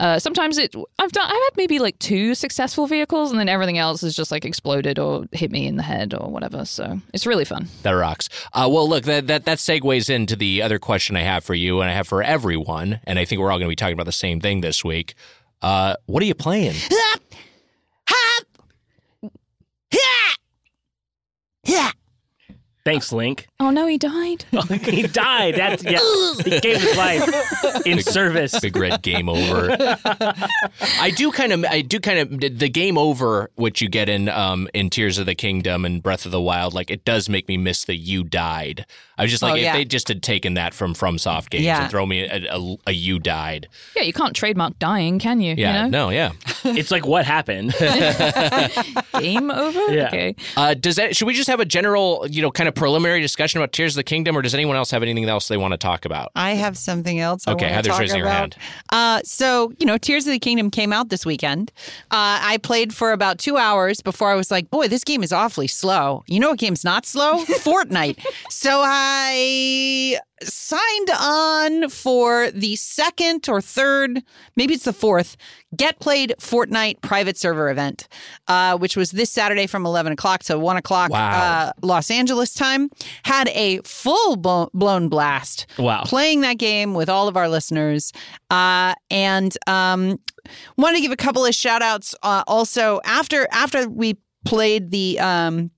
S6: uh, sometimes it I've done I've had maybe like two successful vehicles and then everything else has just like exploded or hit me in the head or whatever. So it's really fun.
S2: That rocks. Uh, well, look, that, that that segues into the other question I have for you, and I have for everyone, and I think we're all going to be talking about the same thing this week. Uh, what are you playing?
S3: Thanks, Link.
S6: Oh no, he died.
S3: he died. That's yeah. He gave his life in service.
S2: Big red game over. I do kind of, I do kind of. the- The game over, which you get in um in Tears of the Kingdom and Breath of the Wild, like it does make me miss the "you died." I was just like,
S5: Oh,
S2: if
S5: yeah.
S2: they just had taken that from FromSoft games
S5: Yeah.
S2: and throw me a, a, a "you died,"
S6: Yeah, you can't trademark dying, can you?
S2: yeah,
S6: You know?
S2: no, yeah.
S3: It's like what happened.
S6: Game over?
S3: Yeah.
S6: Okay.
S2: Uh, does that should we just have a general, you know, kind of preliminary discussion about Tears of the Kingdom, or does anyone else have anything else they want to talk about?
S3: Uh,
S5: I have something else.
S2: Okay,
S5: I wanna
S2: Heather's
S5: talk
S2: raising her
S5: about.
S2: hand.
S5: Uh, so you know, Tears of the Kingdom came out this weekend. Uh, I played for about two hours before I was like, "Boy, this game is awfully slow." You know, what game's not slow? Fortnite. So I signed on for the second or third, maybe it's the fourth, Get Played Fortnite private server event, uh, which was this Saturday from eleven o'clock to one o'clock
S2: Wow.
S5: uh, Los Angeles time. Had a full blo- blown blast
S3: Wow.
S5: playing that game with all of our listeners. Uh, and um, want to give a couple of shout outs uh, also after after we played the um,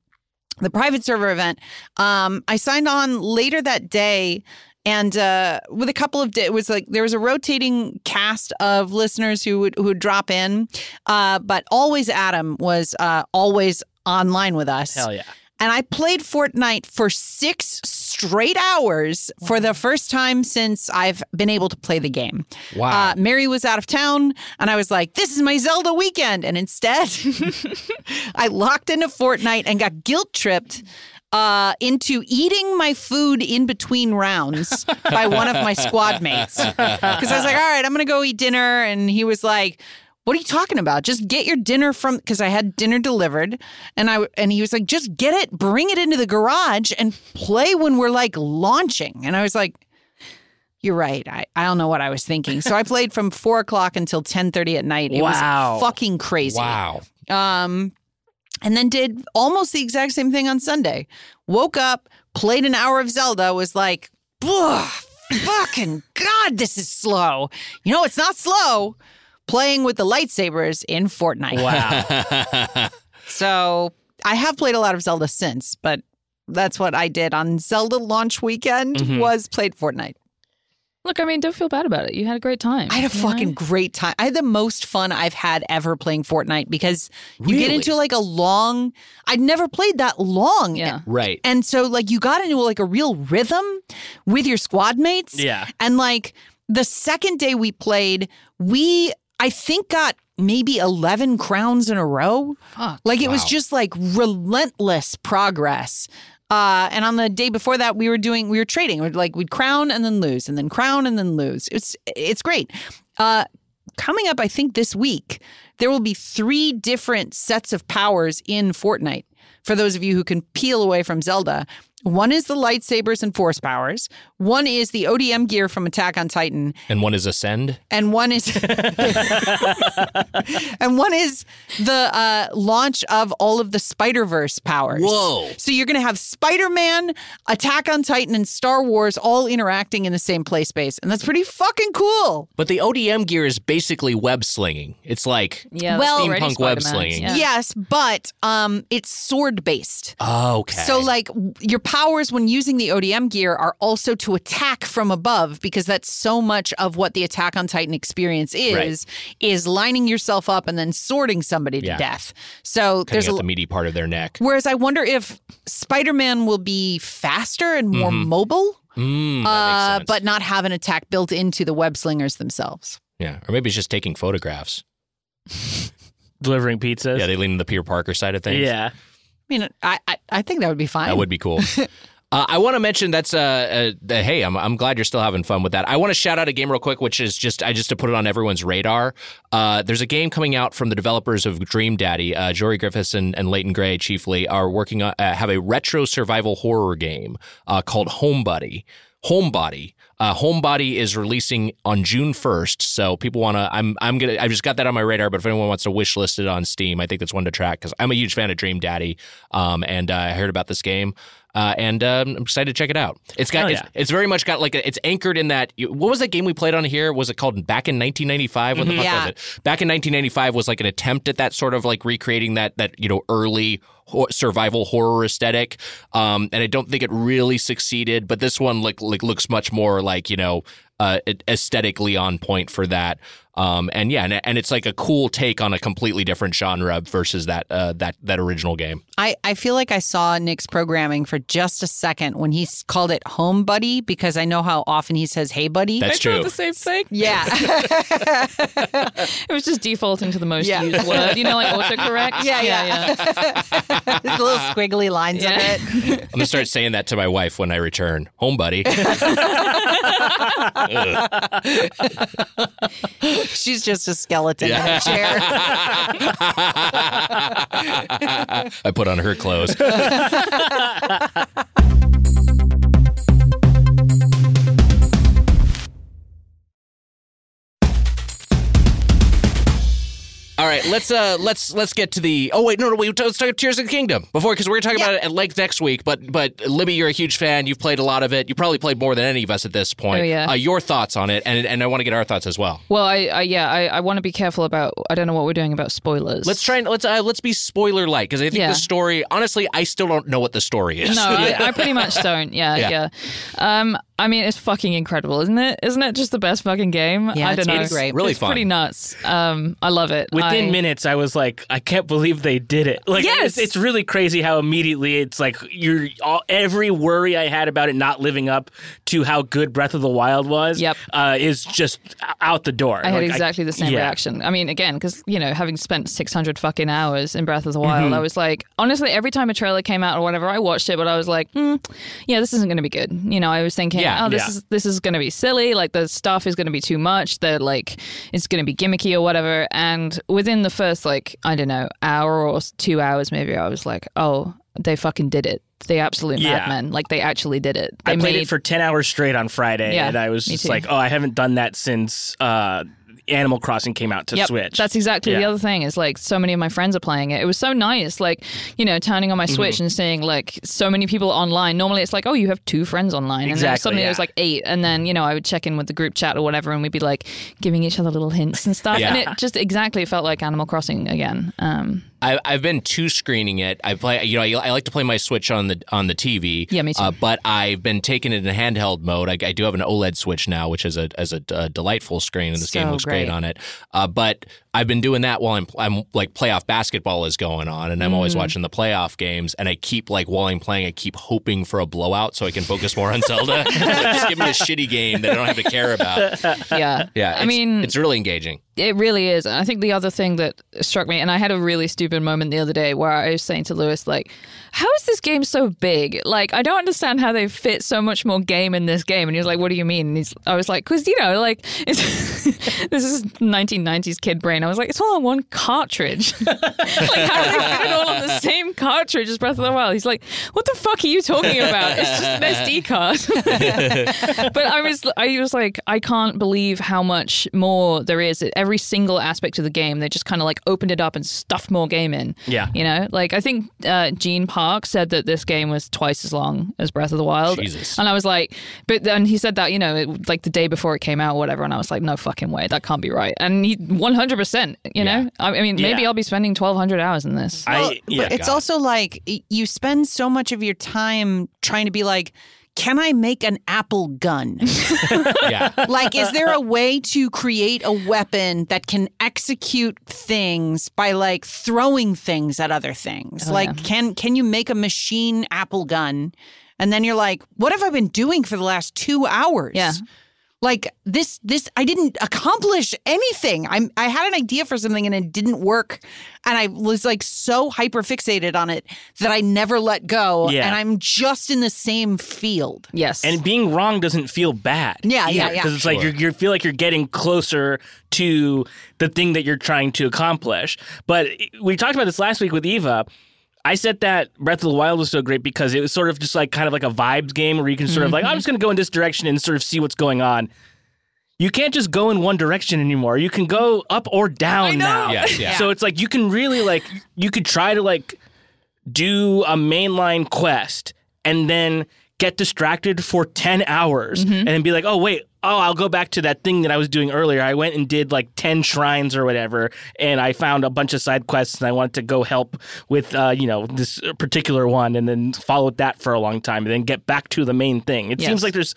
S5: the private server event. Um, I signed on later that day. And uh, with a couple of, di- it was like there was a rotating cast of listeners who would who would drop in, uh, but always Adam was uh, always online with us.
S3: Hell yeah.
S5: And I played Fortnite for six straight hours for the first time since I've been able to play the game.
S2: Wow.
S5: Uh, Mary was out of town, and I was like, this is my Zelda weekend. And instead, I locked into Fortnite and got guilt tripped. Uh, into eating my food in between rounds by one of my squad mates. Because I was like, all right, I'm going to go eat dinner. And he was like, what are you talking about? Just get your dinner from because I had dinner delivered, and I and he was like, just get it, bring it into the garage, and play when we're like launching. And I was like, you're right. I, I don't know what I was thinking. So I played from four o'clock until ten thirty at night. It
S3: Wow.
S5: was fucking crazy.
S2: Wow.
S5: Um, and then did almost the exact same thing on Sunday. Woke up, played an hour of Zelda, was like, "Ugh, fucking God, this is slow. You know, it's not slow. Playing with the lightsabers in Fortnite.
S3: Wow.
S5: So I have played a lot of Zelda since, but that's what I did on Zelda launch weekend
S3: Mhm.
S5: was played Fortnite.
S6: Look, I mean, don't feel bad about it. You had a great time.
S5: I had a
S6: you know?
S5: fucking great time. I had the most fun I've had ever playing Fortnite because you get
S2: Really?
S5: into like a long I'd never played that long.
S6: Yeah.
S2: Right.
S5: And so like you got into like a real rhythm with your squad mates.
S3: Yeah.
S5: And like the second day we played, we I think got maybe 11 crowns in a row.
S6: Fuck.
S5: Like it was
S2: Wow.
S5: just like relentless progress. Uh, and on the day before that, we were doing we were trading. We'd like we'd crown and then lose, and then crown and then lose. It's it's great. Uh, coming up, I think this week there will be three different sets of powers in Fortnite. For those of you who can peel away from Zelda, one is the lightsabers and force powers. One is the ODM gear from Attack on Titan,
S2: And one is Ascend.
S5: and one is and one is the uh, launch of all of the Spider Verse powers.
S2: Whoa.
S5: So you're going to have Spider Man, Attack on Titan, and Star Wars all interacting in the same play space, and that's pretty fucking cool.
S2: But the ODM gear is basically web slinging. It's like,
S6: Yeah,
S5: Well-
S6: that's already
S2: Steampunk web
S6: Spider-Man's,
S2: slinging.
S6: Yeah.
S5: Yes, but um, it's sword based.
S2: oh, okay.
S5: So, like, w- your powers when using the ODM gear are also to attack from above because that's so much of what the Attack on Titan experience is is lining yourself up and then sorting somebody to
S2: Yeah.
S5: death. So
S2: Cutting out
S5: there's a Mm-hmm.
S2: the meaty part of their neck.
S5: whereas I wonder if Spider Man will be faster and more
S2: Mhm.
S5: mobile,
S2: Mm, that makes
S5: uh,
S2: sense.
S5: but not have an attack built into the web slingers themselves.
S2: yeah, or maybe it's just taking photographs.
S3: Delivering pizzas.
S2: Yeah, they lean on the Peter Parker side of things.
S3: Yeah.
S5: I mean, I I, I think that would be fine.
S2: That would be cool. Uh, I want to mention that's uh, uh, the- hey, I'm, I'm glad you're still having fun with that. I want to shout out a game real quick, which is just I just to put it on everyone's radar. Uh, there's a game coming out from the developers of Dream Daddy. Uh, Jory Griffiths and, and Leighton Gray chiefly are working on uh, have a retro survival horror game uh, called Homebody. Homebody. Uh, Homebody is releasing on June 1st, so people want to. I'm I'm gonna. I just got that on my radar, but if anyone wants to wish list it on Steam, I think that's one to track because I'm a huge fan of Dream Daddy, um, and uh, I heard about this game. Uh, and um, I'm excited to check it out. It's got
S3: Hell
S2: it's, it's very much got like a, it's anchored in that. What was that game we played on here? Was it called Back in 1995? What the fuck
S5: Yeah.
S2: was it? back in 1995 was like an attempt at that sort of like recreating that that you know early ho- survival horror aesthetic um and i don't think it really succeeded but this one like, like looks much more like you know uh aesthetically on point for that Um, and yeah, and, and it's like a cool take on a completely different genre versus that uh, that that original game.
S5: I, I feel like I saw Nick's programming for just a second when he s- called it Home Buddy because I know how often he says Hey Buddy.
S2: That's
S6: I thought
S2: true.
S6: the same thing.
S5: yeah.
S6: It was just defaulting to the most
S5: Yeah.
S6: used word, you know, like autocorrect.
S5: Yeah,
S6: yeah. yeah.
S5: There's little squiggly lines on
S6: Yeah.
S5: it.
S2: I'm gonna start saying that to my wife when I return home, buddy.
S5: She's just a skeleton in a chair.
S2: I put on her clothes. All right, let's uh let's let's get to the Oh wait, no no, wait, let's talk about Tears of the Kingdom before cuz we're talking about it at length next week, but but Libby, you're a huge fan. You've played a lot of it. You probably played more than any of us at this point.
S6: Oh, yeah.
S2: Uh, your thoughts on it and and I want to get our thoughts as well.
S6: Well, I, I yeah, I, I want to be careful about. I don't know what we're doing about spoilers.
S2: Let's try and let's uh, let's be spoiler like because I think
S6: Yeah.
S2: the story. Honestly, I still don't know what the story is.
S6: No, I, I pretty much don't. Yeah,
S2: Yeah.
S6: yeah. Um, I mean, it's fucking incredible, isn't it? Isn't it just the best fucking game?
S5: Yeah,
S6: I
S5: it's
S6: don't know.
S5: pretty great.
S2: Really
S6: it's
S2: fun.
S6: pretty nuts. Um, I love it.
S3: Within
S6: I-
S3: minutes, I was like, I can't believe they did it. Like, it's,
S6: Yes!
S3: it's really crazy how immediately it's like you're all, every worry I had about it not living up to how good Breath of the Wild was.
S6: Yep.
S3: uh, is just out the door.
S6: I had
S3: Like,
S6: exactly the same
S3: yeah.
S6: reaction. I mean, again, because you know, having spent six hundred fucking hours in Breath of the
S3: Mm-hmm.
S6: Wild, I was like, honestly, every time a trailer came out or whatever, I watched it, but I was like, hmm, yeah, this isn't going to be good. You know, I was thinking,
S2: Yeah,
S6: oh, this
S3: yeah.
S6: is this is going to be silly. Like the stuff is going to be too much. That like it's going to be gimmicky or whatever. And within the first like I don't know hour or s- two hours, maybe I was like, oh, they fucking did it. They absolute
S3: Yeah.
S6: madmen. Like they actually did it. They
S3: I played
S6: made
S3: it for 10 hours straight on Friday,
S6: Yeah,
S3: and I was
S6: me
S3: just
S6: too.
S3: like, oh, I haven't done that since uh, Animal Crossing came out to
S6: Yep,
S3: Switch.
S6: That's exactly the
S3: Yeah.
S6: other thing. Is like so many of my friends are playing it. It was so nice, like you know, turning
S3: Mm-hmm.
S6: on my Switch and seeing like so many people online. Normally, it's like, oh, you have two friends online, and then
S3: Exactly,
S6: suddenly it was
S3: yeah.
S6: like eight. And then you know, I would check in with the group chat or whatever, and we'd be like giving each other little hints and stuff.
S2: Yeah.
S6: And it just exactly felt like Animal Crossing again. Um,
S2: I, I've been two screening it. I play, you know, I, I like to play my Switch on the on the TV.
S6: Yeah, me too.
S2: Uh, but I've been taking it in handheld mode. I, I do have an OLED Switch now, which is a as a, uh delightful screen, and this game
S6: So
S2: looks
S6: great.
S2: great on it. Uh, but I've been doing that while I'm I'm like playoff basketball is going on, and I'm
S6: Mm-hmm.
S2: always watching the playoff games, and I keep like while I'm playing, I keep hoping for a blowout so I can focus more on Zelda. Like, just give me a shitty game that I don't have to care about.
S6: yeah,
S2: Yeah,
S6: I
S2: it's-
S6: mean,
S2: it's really engaging.
S6: It really is. And I think the other thing that struck me, and I had a really stupid moment the other day where I was saying to Lewis, like, how is this game so big? Like, I don't understand how they fit so much more game in this game. And he was like, what do you mean? And he's, I was like, because, you know, like, it's, this is 1990s kid brain. I was like, it's all on one cartridge. like, how do they fit it all on the same cartridge as Breath of the Wild? He's like, what the fuck are you talking about? It's just an SD card. but I was I was like I can't believe how much more there is every single aspect of the game they just kind of like opened it up and stuffed more game in
S3: Yeah.
S6: you know like I think uh, Gene Park said that this game was twice as long as Breath of the Wild
S2: Jesus.
S6: and I was like but then he said that you know it, like the day before it came out or whatever and I was like no fucking way that can't be right and he 100% you know I, I mean maybe
S3: Yeah.
S6: I'll be spending 1200 hours in this
S5: Well,
S3: I, yeah,
S5: but it's also like y- you spend so much of your time trying to be like, can I make an apple gun?
S2: Yeah.
S5: like, is there a way to create a weapon that can execute things by like throwing things at other things? like, can can you make a machine apple gun? And then you're like, what have I been doing for the last two hours?
S6: Yeah.
S5: Like this, this I didn't accomplish anything. I'm I had an idea for something and it didn't work, and I was like so hyper fixated on it that I never let go,
S3: Yeah.
S5: and I'm just in the same field.
S6: yes
S3: and being wrong doesn't feel bad.
S5: Yeah, yeah, yeah.
S3: Because it's like you you feel like you're getting closer to the thing that you're trying to accomplish. But we talked about this last week with Eva. I said that Breath of the Wild was so great because it was sort of just like kind of like a vibes game where you can sort of like
S5: Mm-hmm.
S3: "Oh, I'm just going to go in this direction and sort of see what's going on. You can't just go in one direction anymore. You can go up or down now.
S2: Yeah, yeah.
S3: So it's like you can really like you could try to like do a
S2: Mm-hmm.
S3: mainline quest and then get distracted for 10 hours and then be like, oh, wait, oh, I'll go back to that thing that I was doing earlier. I went and did like 10 shrines or whatever, and I found a bunch of side quests, and I wanted to go help with, uh, you know, this particular one, and then follow that for a long time, and then get back to the main thing. It seems
S6: Yes.
S3: like there's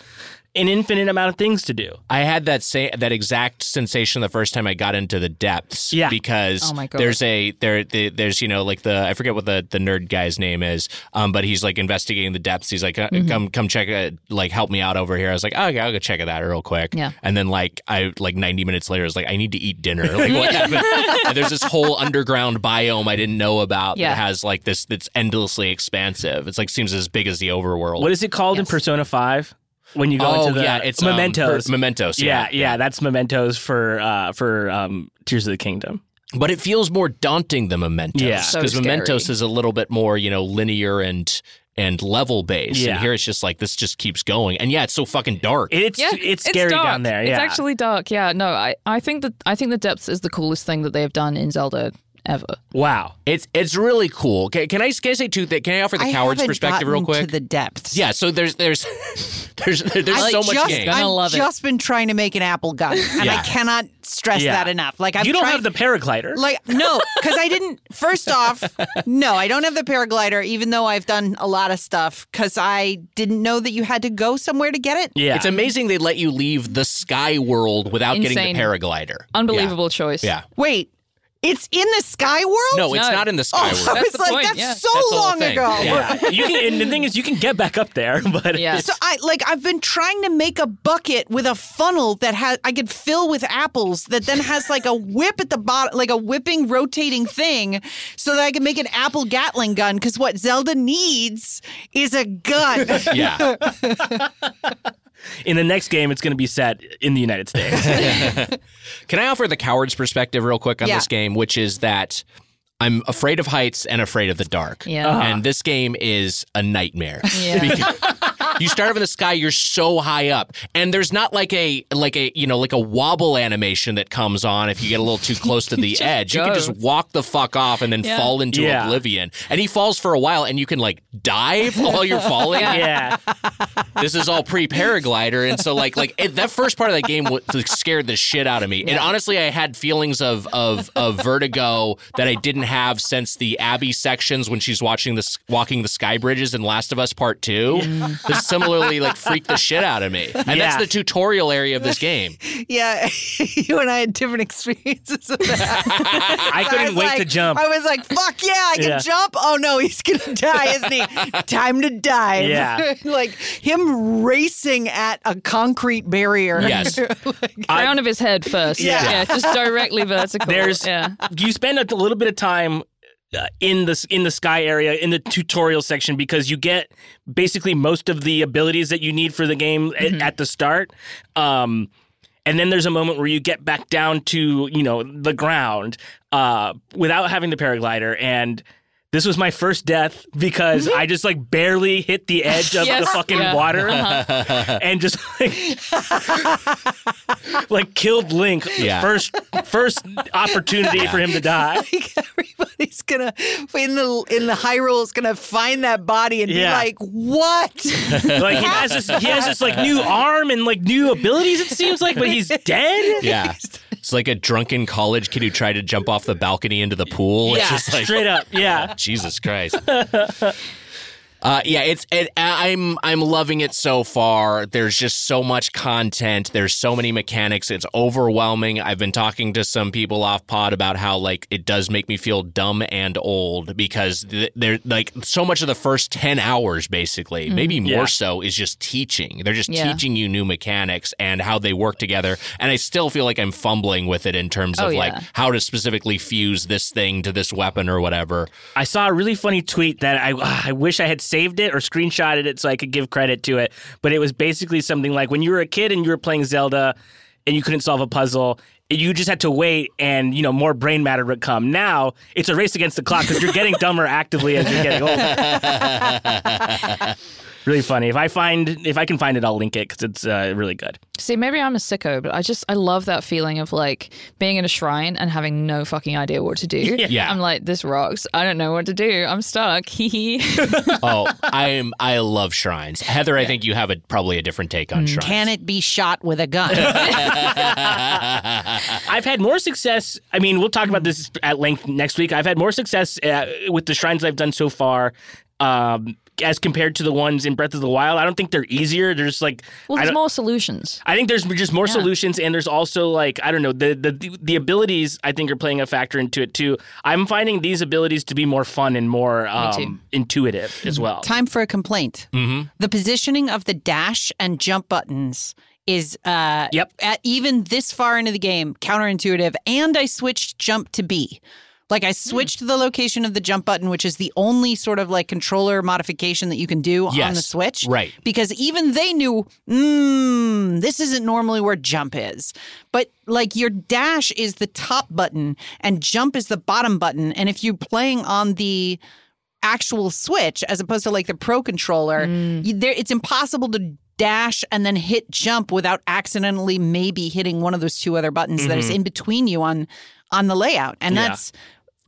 S3: an infinite amount of things to do.
S2: I had that same that exact sensation the first time I got into the depths.
S3: Yeah.
S2: Because
S6: Oh my God.
S2: there's a there the, there's you know like the I forget what the, the nerd guy's name is, um, but he's like investigating the depths. He's like, "Uh,
S6: Mm-hmm.
S2: come come check it, like help me out over here. I was like, oh, okay, I'll go check it out real quick.
S6: Yeah.
S2: And then like I like 90 minutes later, I was like, I need to eat dinner. Like what happened? And there's this whole underground biome I didn't know about
S6: Yeah.
S2: that has like this that's endlessly expansive. It's like seems as big as the overworld.
S3: What is it called in Persona 5? When you go
S2: oh
S3: into the
S2: yeah, it's um,
S3: mementos.
S2: per- mementos.
S3: yeah, yeah, that's mementos for uh, for um, Tears of the Kingdom.
S2: but it feels more daunting than Mementos.
S3: Yeah.
S6: So
S2: because
S6: scary.
S2: Mementos is a little bit more you know linear and and level based, and
S3: Yeah.
S2: here it's just like this just keeps going, and yeah, it's so fucking dark.
S3: It's it's scary
S6: dark.
S3: down there. Yeah,
S6: It's actually dark. Yeah. No, I, I think that I think the depths is the coolest thing that they have done in Zelda ever.
S3: wow.
S2: it's it's really cool. Can, can I can I say two things? Can I offer the
S5: I
S2: coward's
S5: haven't
S2: perspective
S5: gotten
S2: real quick?
S5: To the depths.
S2: yeah, so there's there's there's there's
S5: I
S2: so much
S5: just,
S2: game.
S6: Gonna
S5: I've
S6: love it.
S5: just been trying to make an apple gun, and
S2: Yeah.
S5: I cannot stress
S3: Yeah.
S5: that enough. Like I'm
S3: you don't
S5: trying,
S3: have the paraglider.
S5: like no, because I didn't. First off, no, I don't have the paraglider, even though I've done a lot of stuff. Because I didn't know that you had to go somewhere to get it.
S3: yeah,
S2: It's amazing they let you leave the sky world without getting
S6: Insane.
S2: the paraglider.
S6: Unbelievable choice.
S2: Yeah.
S5: Wait, it's in the sky world. Oh,
S2: No, it's
S6: No.
S2: not in the sky
S5: I
S2: world.
S5: was
S6: That's the
S5: like,
S6: point,
S5: that's
S6: yeah.
S5: so
S2: That's the whole
S5: long
S2: thing.
S5: ago.
S3: yeah. you can, and the thing is, you can get back up there, but
S6: Yeah.
S5: So I like I've been trying to make a bucket with a funnel that has I could fill with apples that then has like a whip at the bottom, like a whipping rotating thing, so that I can make an apple Gatling gun. Because what Zelda needs is a gun.
S2: Yeah.
S3: in the next game, it's going to be set in the United States.
S2: Can I offer the coward's perspective real quick on
S5: Yeah.
S2: this game, which is that I'm afraid of heights and afraid of the dark.
S6: Yeah.
S2: And this game is a nightmare.
S6: Yeah.
S2: you start up in the sky, you're so high up. And there's not like a like a you know, like a wobble animation that comes on if you get a little too close to the edge. You can
S6: go.
S2: just walk the fuck off and then fall into
S3: Yeah.
S2: oblivion. And he falls for a while and you can like dive while you're falling
S3: yeah,
S2: this is all pre paraglider, and so like like it, that first part of that game was, like, scared the shit out of me. And honestly, I had feelings of of of vertigo that I didn't have since the Abby sections when she's watching this walking the sky bridges in Last of Us Part Two. This similarly like freaked the shit out of me, and that's
S3: Yeah.
S2: the tutorial area of this game.
S5: yeah, you and I had different experiences of that.
S3: I couldn't
S5: was
S3: wait
S5: like-
S3: to jump.
S5: I was like, "Fuck yeah, I can
S3: Yeah.
S5: jump!" Oh no, he's gonna die, isn't he? Time to dive.
S3: Yeah.
S5: like him racing at a concrete barrier.
S2: Yes,
S6: Crown of his head first.
S5: Yeah.
S6: just directly vertical.
S3: There's-
S6: yeah.
S3: you spend a little bit of time uh, in the in the sky area in the tutorial section because you get basically most of the abilities that you need for the game a-
S6: Mm-hmm.
S3: at the start. Um, and then there's a moment where you get back down to you know the ground uh, without having the paraglider and. This was my first death because I just like barely hit the edge of
S6: Mm-hmm.
S3: the
S6: Yes,
S3: fucking
S6: yeah. Uh-huh.
S3: water and just like, like killed Link
S2: Yeah.
S3: first first opportunity for him to die.
S5: like everybody's gonna in the in the Hyrule's gonna find that body and
S3: Yeah.
S5: be like, "What?"
S3: like he has this he has this like new arm and like new abilities it seems like but he's dead
S2: yeah. It's like a drunken college kid who tried to jump off the balcony into the pool. It's
S3: Yeah,
S2: just like,
S3: straight up yeah
S2: Jesus Christ. Uh, yeah, it's it, I'm I'm loving it so far. There's just so much content. There's so many mechanics. It's overwhelming. I've been talking to some people off pod about how like it does make me feel dumb and old because th- they're like so much of the first ten hours, basically, maybe more
S3: Yeah.
S2: so, is just teaching. They're just
S6: Mm-hmm. Yeah.
S2: teaching you new mechanics and how they work together. And I still feel like I'm fumbling with it in terms
S6: Oh,
S2: of like
S6: yeah.
S2: how to specifically fuse this thing to this weapon or whatever.
S3: i saw a really funny tweet that i ah, i wish i had saved it or screenshotted it so i could give credit to it but it was basically something like when you were a kid and you were playing zelda and you couldn't solve a puzzle you just had to wait and you know more brain matter would come now it's a race against the clock because you're getting dumber actively as you're getting older really funny. If I find if I can find it, I'll link it because it's uh, really good.
S6: See, maybe I'm a sicko, but I just I love that feeling of like being in a shrine and having no fucking idea what to do.
S2: Yeah.
S6: I'm like, this rocks. I don't know what to do. I'm stuck. Hee hee.
S2: oh, I am. I love shrines. Heather, I think you have a probably a different take on shrines.
S5: Can it be shot with a gun?
S3: I've had more success. I mean, we'll talk about this at length next week. I've had more success uh, with the shrines I've done so far. Um, as compared to the ones in Breath of the Wild, I don't think they're easier. They're just like
S6: Well,
S3: I
S6: there's
S3: don't-
S6: more solutions.
S3: I think there's just more solutions, and there's also like I don't know the the the abilities I think are playing a factor into it too. I'm finding these abilities to be more fun and more um, intuitive as well.
S5: Time for a complaint.
S3: Mm-hmm.
S5: The positioning of the dash and jump buttons is uh
S3: Yep.
S5: at even this far into the game counterintuitive and I switched jump to B. Like I switched the location of the jump button which is the only sort of like controller modification that you can do on the
S2: Yes,
S5: Switch.
S2: right.
S5: Because even they knew, mm, this isn't normally where jump is. But like your dash is the top button and jump is the bottom button and if you're playing on the actual Switch as opposed to like the Pro controller, you, there, it's impossible to dash and then hit jump without accidentally maybe hitting one of those two other buttons that is in between you on on the layout, and
S3: Yeah.
S5: that's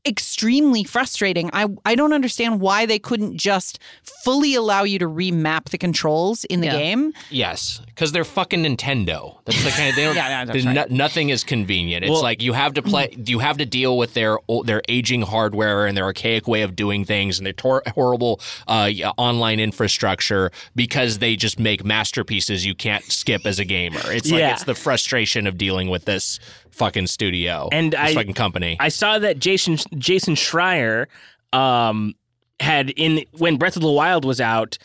S5: extremely frustrating. I I don't understand why they couldn't just fully allow you to remap the controls in the
S6: Yeah.
S5: game.
S2: Yes, because they're fucking Nintendo. That's the kind of they don't.
S3: Yeah, yeah, that's
S2: there's no- nothing is convenient. It's
S3: Well-
S2: like you have to play. You have to deal with their o- their aging hardware and their archaic way of doing things and their tor- horrible uh, yeah, online infrastructure because they just make masterpieces you can't skip as a gamer. It's
S3: Yeah.
S2: like it's the frustration of dealing with this fucking studio
S3: And
S2: this
S3: I-
S2: fucking company.
S3: I saw that Jason Jason Schreier um, had in when Breath of the Wild was out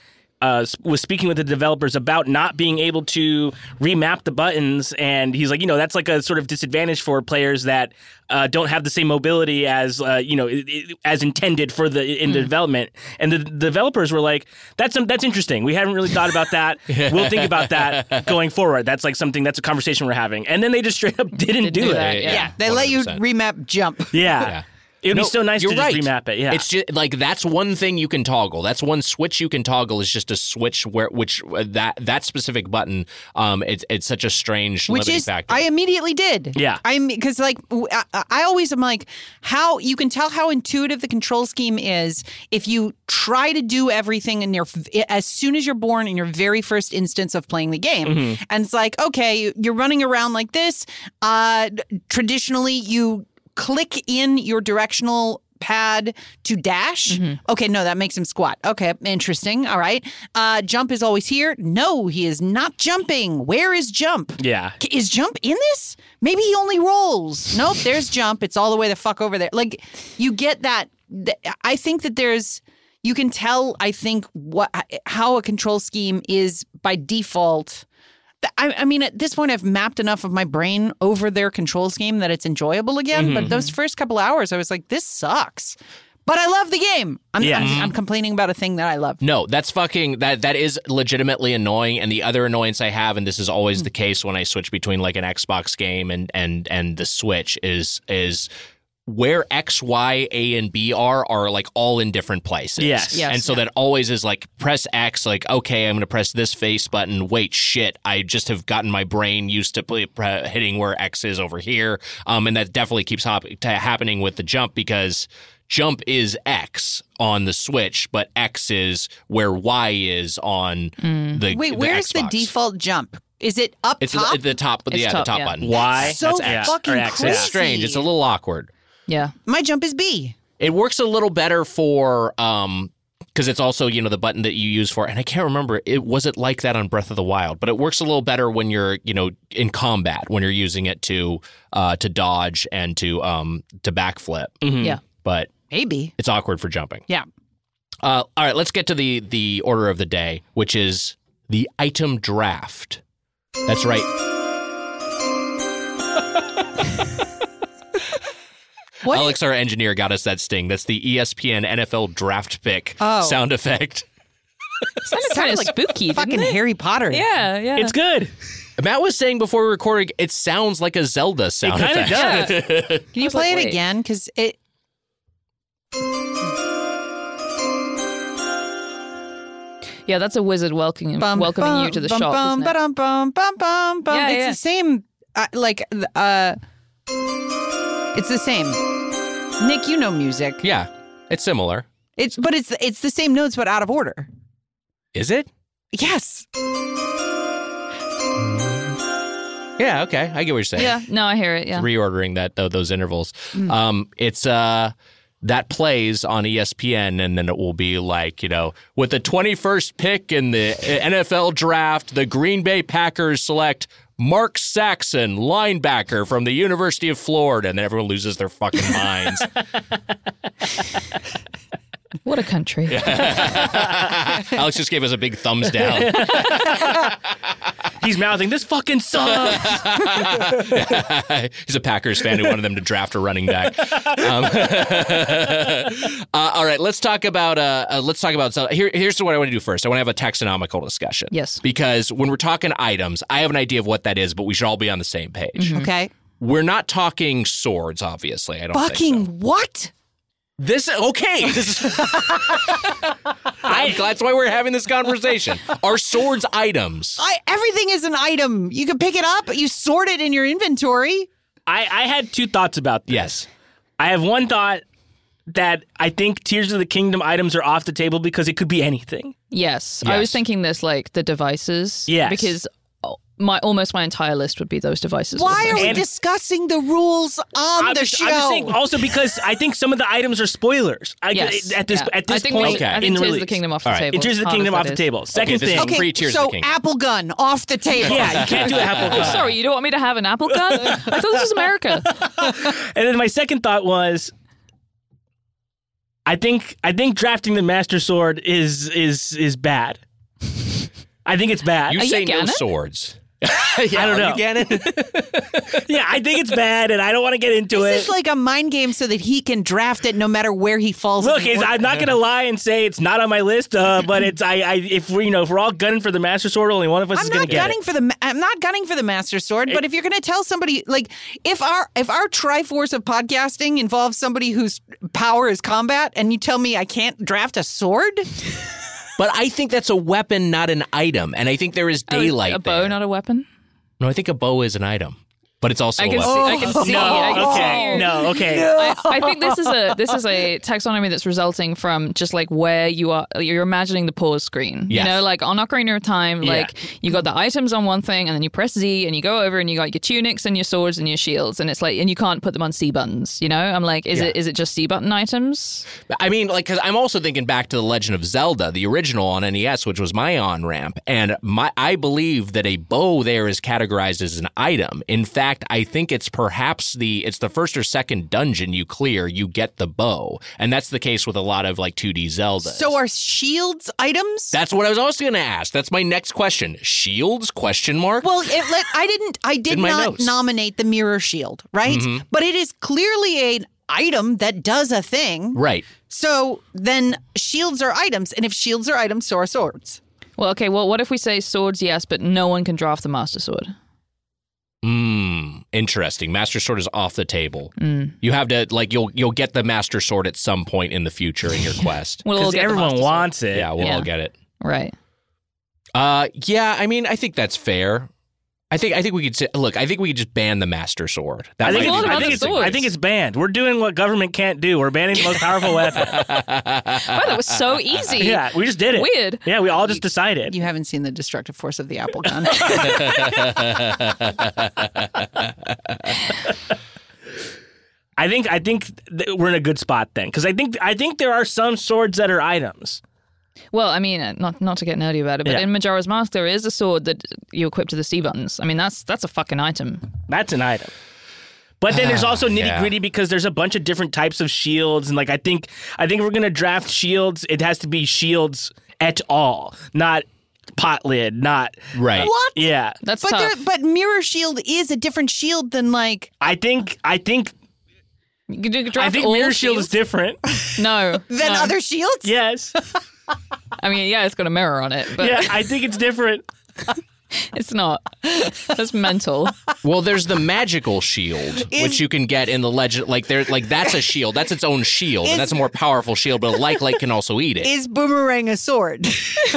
S3: uh, s- was speaking with the developers about not being able to remap the buttons, and he's like, you know, that's like a sort of disadvantage for players that uh, don't have the same mobility as uh, you know i- i- as intended for the in
S6: Hmm.
S3: the development. And the, the developers were like, that's that's interesting. We haven't really thought about that. we'll think about that going forward. That's like something that's a conversation we're having. And then they just straight up didn't, do,
S6: do
S3: it.
S6: that, Yeah.
S5: They let you
S2: 100%.
S5: remap jump.
S3: Yeah.
S2: Yeah.
S3: It would
S2: No,
S3: be so nice to
S2: you're
S3: just remap it. Yeah.
S2: it's just like that's one thing you can toggle. That's one switch you can toggle is just a switch where which uh, that that specific button. Um, it's it's such a strange
S5: which
S2: limiting
S5: is
S2: factor.
S5: I immediately did.
S3: Yeah.
S5: I'm because like w- I, I always am like how you can tell how intuitive the control scheme is if you try to do everything in your f- as soon as you're born in your very first instance of playing the game, and it's like okay you're running around like this. Uh, traditionally you click in your directional pad to dash. Okay, no, that makes him squat. Okay, interesting. All right. Uh jump is always here. No, he is not jumping. Where is jump?
S3: yeah.
S5: K- Is jump in this? Maybe he only rolls. Nope, there's jump. It's all the way the fuck over there. Like you get that th- I think that there's you can tell I think what how a control scheme is by default. Th- I, I mean, at this point, I've mapped enough of my brain over their control scheme that it's enjoyable again.
S2: Mm-hmm.
S5: But those first couple hours, I was like, "This sucks," but I love the game. I'm,
S3: Yeah.
S2: Mm-hmm.
S5: I'm, I'm complaining about a thing that I love.
S2: No, that's fucking that that is legitimately annoying. And the other annoyance I have, and this is
S3: Hmm.
S2: always the case when I switch between like an Xbox game and and and the Switch is is where X, Y, A, and B are are like all in different places.
S3: Yes. Yes,
S2: And so that always is like press X, like, okay, I'm gonna press this face button. Wait, shit. I just have gotten my brain used to play, pre- hitting where X is over here. Um, and that definitely keeps hop- t- happening with the jump because jump is X on the Switch, but X is where Y is on the
S5: Wait, where's the
S2: Xbox.
S5: default jump? Is it up
S2: It's
S5: top?
S2: The, the top,
S6: It's
S2: yeah,
S6: top,
S2: the top
S6: yeah.
S2: button.
S3: Why?
S5: so
S3: X,
S5: fucking
S3: or X, yeah.
S5: crazy.
S2: It's strange. It's a little awkward.
S6: Yeah.
S5: my jump is B.
S2: It works a little better for um because it's also you know the button that you use for and I can't remember it wasn't like that on Breath of the Wild, but it works a little better when you're you know in combat when you're using it to uh to dodge and to um to backflip,
S3: Mhm.
S6: Yeah.
S2: but
S5: Maybe.
S2: it's awkward for jumping.
S5: Mm-hmm. Yeah.
S2: Uh, all right, let's get to the the order of the day, which is the item draft. That's right.
S5: What?
S2: Alex, our engineer, got us that sting. That's the E ESPN NFL draft pick
S5: Oh.
S2: sound effect.
S6: Sounded kind of spooky. didn't
S5: fucking
S6: it?
S5: Harry Potter.
S6: Yeah, yeah.
S3: It's good.
S2: Matt was saying before we recorded, it sounds like a Zelda sound
S3: kinda
S2: effect.
S3: does.
S6: Can
S5: Can you play it again? Because it.
S6: Yeah, that's a wizard welcoming
S5: Bum,
S6: welcoming
S5: bum,
S6: you to the
S5: bum,
S6: shop.
S5: Bum,
S6: isn't it?
S5: ba-dum, bum, bum, bum, bum.
S6: Yeah,
S5: it's
S6: yeah.
S5: the same. Uh, like, th- uh, it's the same. Nick, you know music.
S2: Yeah, it's similar.
S5: It's but it's it's the same notes but out of order.
S2: Is it?
S5: Yes.
S2: Yeah, okay. I get what you're saying.
S6: Yeah, no, I hear it. Yeah.
S2: Reordering that tho- those intervals.
S5: Hmm.
S2: Um, it's uh that plays on E ESPN, and then it will be like you know, with the 21st pick in the uh, NFL draft, the Green Bay Packers select Mark Saxon, linebacker from the University of Florida, and then everyone loses their fucking minds.
S6: What a country.
S2: Alex just gave us a big thumbs down.
S3: He's mouthing, "This fucking sucks."
S2: He's a Packers fan who wanted them to draft a running back. Um, uh, all right, let's talk about uh, uh, let's talk about so here. Here's what I want to do first. I want to have a taxonomical discussion.
S6: Yes.
S2: because when we're talking items, I have an idea of what that is, but we should all be on the same page.
S5: Okay.
S2: We're not talking swords, obviously. I don't think so.
S5: Fucking what?
S2: this. Okay, this is, I'm glad that's why we're having this conversation. Are swords items?
S5: I, everything is an item. You can pick it up. You sort it in your inventory.
S3: I I had two thoughts about this.
S2: Yes.
S3: I have one thought that I think Tears of the Kingdom items are off the table because it could be anything.
S6: Yes.
S2: Yes.
S6: I was thinking this like the devices.
S3: Yes.
S6: Because oh, my almost my entire list would be those devices.
S5: Why are we
S3: And-
S5: discussing the rules on
S3: I'm
S5: the
S3: just-
S5: show?
S3: I'm just saying also because I think some of the items are spoilers. I,
S6: Yes.
S3: At this
S6: Yeah.
S3: at this
S6: I think we
S3: point
S6: should- I
S3: in
S6: think
S3: the
S6: Tears
S3: release.
S6: of the Kingdom off the
S2: All right.
S6: table.
S3: It Tears of
S6: as
S3: the
S6: hard as
S3: Kingdom
S6: that
S3: off the
S6: is.
S3: table. Second
S2: this is
S3: thing.
S5: okay,
S2: Free Tears of
S5: so
S2: the Kingdom.
S5: Apple Gun off the table.
S3: Yeah, you can't do apple.
S6: Oh, sorry, you don't want me to have an apple gun? I thought this was America.
S3: And then my second thought was, I think I think drafting the Master Sword is is is bad. I think it's bad.
S2: You
S6: you
S2: say no
S6: Gannon?
S2: swords.
S3: I don't know. yeah, I think it's bad, and I don't want to get into
S5: This
S3: it.
S5: is like a mind game so that he can draft it no matter where he falls. in
S3: Look,
S5: the
S3: it's,
S5: order.
S3: I'm not gonna lie and say it's not on my list, uh, but it's I, I if we you know if we're all gunning for the Master Sword, only one of us
S5: I'm
S3: is gonna
S5: not
S3: get
S5: gunning
S3: it.
S5: for the. ma- I'm not gunning for the master sword. but if you're going to tell somebody, like, if our if our triforce of podcasting involves somebody whose power is combat, and you tell me I can't draft a sword,
S2: But I think that's a weapon, not an item. And I think there is daylight.
S6: Oh, a bow,
S2: there.
S6: not a weapon.
S2: No, I think a bow is an item, but it's also
S6: I
S2: a
S6: can see.
S2: weapon.
S6: I
S5: Oh.
S6: can see. I can see
S3: Okay,
S6: you.
S3: no, okay.
S6: I, I think this is a this is a taxonomy that's resulting from just like where you are you're imagining the pause screen.
S2: Yes.
S6: You know, like on Ocarina of Time,
S3: Yeah.
S6: like you got the items on one thing and then you press Z and you go over and you got your tunics and your swords and your shields and it's like and you can't put them on C buttons, you know? I'm like, is it is it just C button items?
S2: I mean, like, because I'm also thinking back to The Legend of Zelda, the original on NES, which was my on ramp. And my, I believe that a bow there is categorized as an item. In fact, I think it's perhaps the it's the first or second dungeon you clear, you get the bow, and that's the case with a lot of like 2D Zelda.
S5: so are shields items?
S2: that's what I was also going to ask. That's my next question. Shields? Question mark.
S5: Well, it, let, I didn't. I did
S2: In my
S5: not
S2: notes.
S5: nominate the mirror shield, right?
S3: Mm-hmm.
S5: But it is clearly an item that does a thing.
S2: right.
S5: So then shields are items, and if shields are items, so are swords.
S6: Well, okay, well what if we say swords yes, but no one can draft the master sword?
S2: Mm, interesting. Master Sword is off the table.
S5: Mm.
S2: You have to like you'll you'll get the Master Sword at some point in the future in your quest.
S6: We'll all
S3: Because
S6: get the
S3: everyone
S6: Master Sword.
S3: wants it.
S2: yeah, we'll all
S6: Yeah.
S2: get it.
S6: Right.
S2: Uh, yeah. I mean, I think that's fair. I think I think we could say, look. I think we could just ban the Master Sword. That
S3: I think,
S2: might
S6: What
S3: it's,
S2: be
S3: I,
S6: about
S3: think
S6: the
S3: it's, I
S6: swords?
S3: think it's banned. We're doing what government can't do. We're banning the most powerful weapon.
S6: Wow, that was so easy.
S3: Yeah, we just did it.
S6: Weird.
S3: Yeah, we all just decided.
S5: You haven't seen the destructive force of the apple gun.
S3: I think I think th- we're in a good spot then, because I think I think there are some swords that are items.
S6: Well, I mean, uh, not not to get nerdy about it, but
S3: Yeah.
S6: in Majora's Mask, there is a sword that you equip to the C buttons. I mean, that's that's a fucking item.
S3: That's an item. But then there's also nitty
S2: Yeah.
S3: gritty because there's a bunch of different types of shields, and like I think I think if we're gonna draft shields, it has to be shields at all, not pot lid, not
S2: right.
S5: what?
S3: yeah.
S6: That's
S5: But
S6: tough.
S5: there, but mirror shield is a different shield than like
S3: I think I think
S6: You could do-
S3: I
S6: draft
S3: think
S6: all
S3: mirror shield is
S6: shields?
S3: different.
S6: no
S5: than
S6: no.
S5: other shields.
S3: yes,
S6: I mean, yeah, it's got a mirror on it, but
S3: yeah, I think it's different.
S6: It's not. That's mental.
S2: Well, there's the magical shield, which you can get in the legend. Like there, like that's a shield. That's its own shield. and that's a more powerful shield. But a like light can also eat it.
S5: Is boomerang a sword?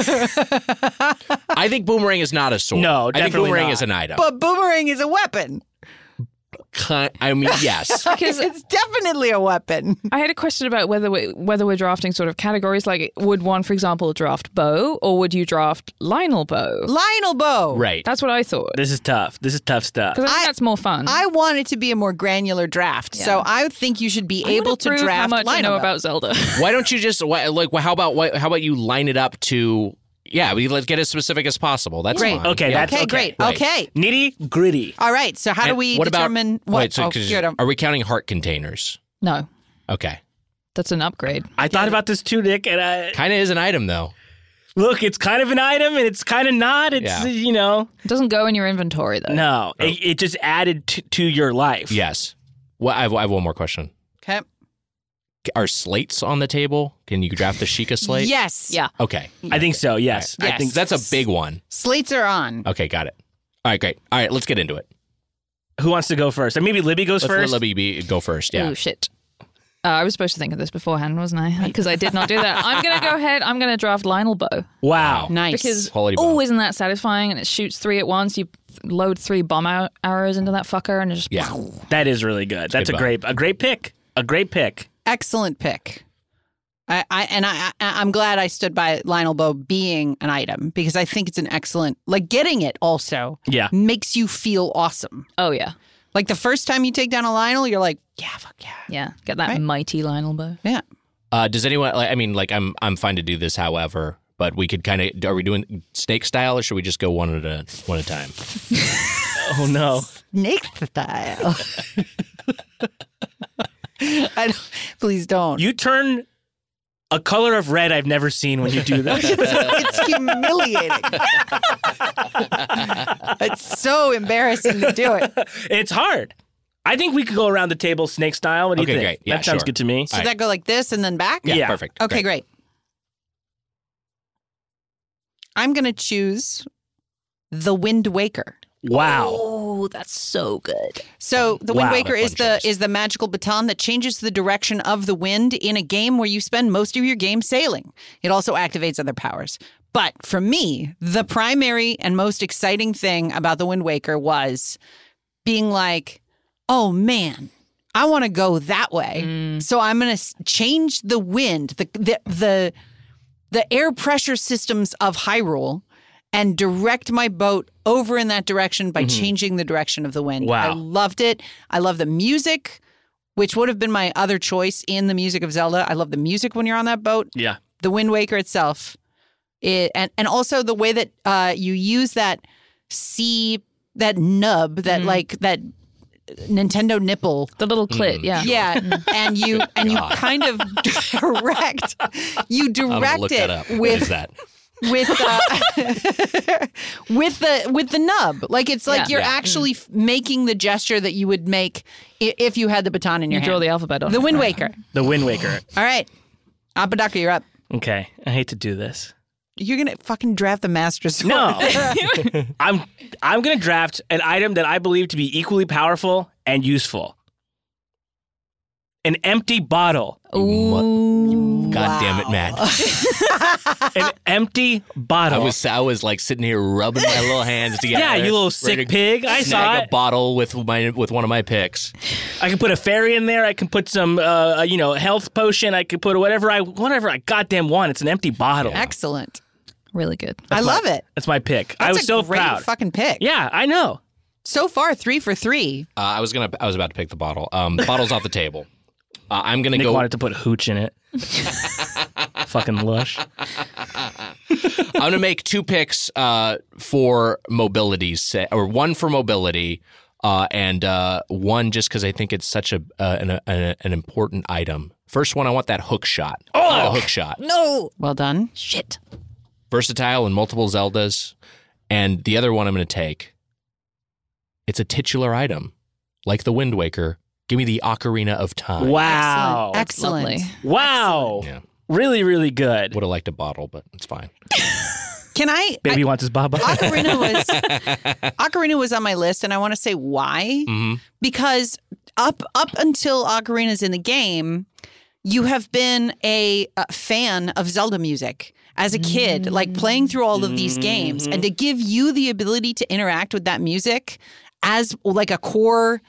S2: I think boomerang is not a sword.
S3: No,
S2: I think
S3: definitely
S2: boomerang
S3: not.
S2: is an item.
S5: but boomerang is a weapon.
S2: Ki- I mean, yes.
S6: Because
S5: It's definitely a weapon.
S6: I had a question about whether we, whether we're drafting sort of categories. Like, would one, for example, draft bow, or would you draft Lionel bow?
S5: Lionel bow.
S2: right.
S6: That's what I thought.
S3: This is tough. This is tough stuff.
S6: Because I think
S5: I-
S6: that's more fun.
S5: I want it to be a more granular draft, so I think you should be
S6: I wanna
S5: able to
S6: prove
S5: draft
S6: how much I
S5: Lionel
S6: know
S5: Bow.
S6: about Zelda.
S2: Why don't you just why, like? Well, how about why, how about you line it up to? Yeah, we let's get as specific as possible. That's
S5: Great.
S2: fine.
S3: Okay,
S2: Yeah.
S3: that's
S5: okay,
S3: okay.
S5: great.
S2: Right.
S5: Okay.
S3: Nitty gritty.
S5: All right. So how do
S2: And
S5: we
S2: what about-
S5: determine what?
S2: Wait, so
S5: oh,
S2: 'cause-
S5: here it is.
S2: are we counting heart containers?
S6: no,
S2: Okay,
S6: that's an upgrade.
S3: I thought about this too, Nick, and I
S2: kind of is an item though.
S3: look. It's kind of an item, and it's kind of not. It's
S2: Yeah.
S3: you know,
S6: It doesn't go in your inventory though.
S3: no. It, it just added to, to your life.
S2: Yes. Well, I have, I have one more question.
S5: Okay.
S2: Are slates on the table? Can you draft the Sheikah slate?
S5: Yes.
S6: Yeah.
S2: Okay.
S3: I think so. Yes,
S5: Yes.
S3: I think
S2: That's a big one.
S5: Slates are on.
S2: Okay, got it. All right, great. All right, let's get into it.
S3: Who wants to go first? Or maybe Libby goes
S2: Let's
S3: first.
S2: let Libby be, go first. Yeah.
S6: Oh shit. Uh, I was supposed to think of this beforehand, wasn't I? Because I did not do that. I'm going to go ahead. I'm going to draft Lionel Bow.
S3: Wow.
S5: Nice.
S6: Because,
S2: Quality bow.
S6: oh, isn't that satisfying? And it shoots three at once. You load three bomb ar- arrows into that fucker and it just.
S2: Yeah.
S3: That is really good. That's
S2: good
S3: a great a great pick. A great pick.
S5: Excellent pick. I, I and I, I I'm glad I stood by Lionel Bow being an item because I think it's an excellent like getting it also
S3: Yeah.
S5: makes you feel awesome.
S6: Oh, yeah.
S5: Like the first time you take down a Lionel, you're like, yeah, fuck yeah.
S6: Yeah. Get that
S5: Right.
S6: mighty Lionel Bow.
S5: Yeah.
S2: Uh, does anyone? Like, I mean, like, I'm I'm fine to do this. However, but we could kind of. Are we doing snake style, or should we just go one at a one at a time?
S3: Oh no.
S5: Snake style. I don't, please don't.
S3: You turn a color of red I've never seen when you do that.
S5: it's humiliating. it's so embarrassing to do it.
S3: it's hard. I think we could go around the table snake style. What do
S2: Okay,
S3: you think?
S2: great. Yeah,
S3: that sounds
S2: sure.
S3: good to me.
S5: So
S2: All right.
S5: that go like this and then back?
S3: Yeah.
S2: perfect.
S5: Okay, great. I'm going to choose The Wind Waker.
S3: Wow.
S6: Oh, that's so good.
S5: So the Wind
S3: Wow.
S5: Waker
S2: That's
S5: is
S2: fun
S5: the
S2: choice.
S5: is the magical baton that changes the direction of the wind in a game where you spend most of your game sailing. It also activates other powers. But for me, the primary and most exciting thing about the Wind Waker was being like, "Oh man, I want to go that way."
S3: Mm.
S5: So I'm going to change the wind, the the the the air pressure systems of Hyrule and direct my boat over in that direction by changing the direction of the wind.
S3: Mm-hmm. Wow.
S5: I loved it. I love the music, which would have been my other choice in the music of Zelda. I love the music when you're on that boat.
S3: Yeah.
S5: The Wind Waker itself. It, and, and also the way that uh, you use that C, that nub,
S3: Mm-hmm.
S5: that like that Nintendo nipple
S6: The little clit.
S2: Mm.
S6: yeah.
S5: yeah, and you and you kind of direct you
S2: I'm
S5: direct
S2: gonna look
S5: it
S2: that up. what is
S5: with
S2: that?
S5: with uh, with the with the nub. Like it's like
S6: Yeah.
S5: you're actually f making the gesture that you would make i- if you had the baton in your
S6: You draw the
S5: hand.
S6: alphabet on
S5: the
S6: it,
S5: Wind
S6: right?
S5: Waker.
S3: The Wind Waker.
S5: All right, Apodaca, you're up.
S3: Okay. I hate to do this.
S5: You're gonna fucking draft the Master Sword.
S3: No. I'm I'm gonna draft an item that I believe to be equally powerful and useful. An empty bottle.
S6: Ooh.
S2: God damn it, Matt!
S3: An empty
S2: I
S3: bottle.
S2: was I was like sitting here rubbing my little hands together.
S3: yeah, you little
S2: ready
S3: sick
S2: to
S3: pig. I saw
S2: Snag
S3: it.
S2: a bottle with my with one of my picks.
S3: I can put a fairy in there. I can put some, uh, you know, health potion. I could put whatever I whatever I goddamn want. It's an empty bottle.
S5: excellent.
S6: Really good.
S5: I love it.
S3: That's my pick. I
S5: That's
S3: was
S5: a
S3: so
S5: great
S3: proud.
S5: fucking pick.
S3: yeah, I know.
S5: So far, three for three.
S2: Uh, I was gonna I was about to pick the bottle. Um, the bottle's off the table. Uh, I'm gonna
S3: Nick
S2: go.
S3: wanted to put hooch in it. Fucking lush.
S2: Uh, I'm going to make two picks uh, for mobility, sa- or one for mobility, uh, and uh, one just because I think it's such a uh, an, an, an important item. First one, I want that hook shot. Oh, hook shot!
S6: No.
S5: Well done.
S6: Shit.
S2: Versatile and multiple Zeldas. And the other one I'm going to take. It's a titular item, like the Wind Waker. Give me the Ocarina of Time.
S3: Wow.
S5: Excellent.
S6: Lovely.
S3: Wow.
S2: Excellent.
S3: Really, really good.
S2: Would have liked a bottle, but it's fine.
S5: Can I?
S3: Baby wants his baba.
S5: Ocarina was Ocarina was on my list, and I want to say why
S2: hmm
S5: because up up until Ocarina's in the game, you have been a, uh fan of Zelda music as a kid, like playing through all of these games, and to give you the ability to interact with that music as like a core,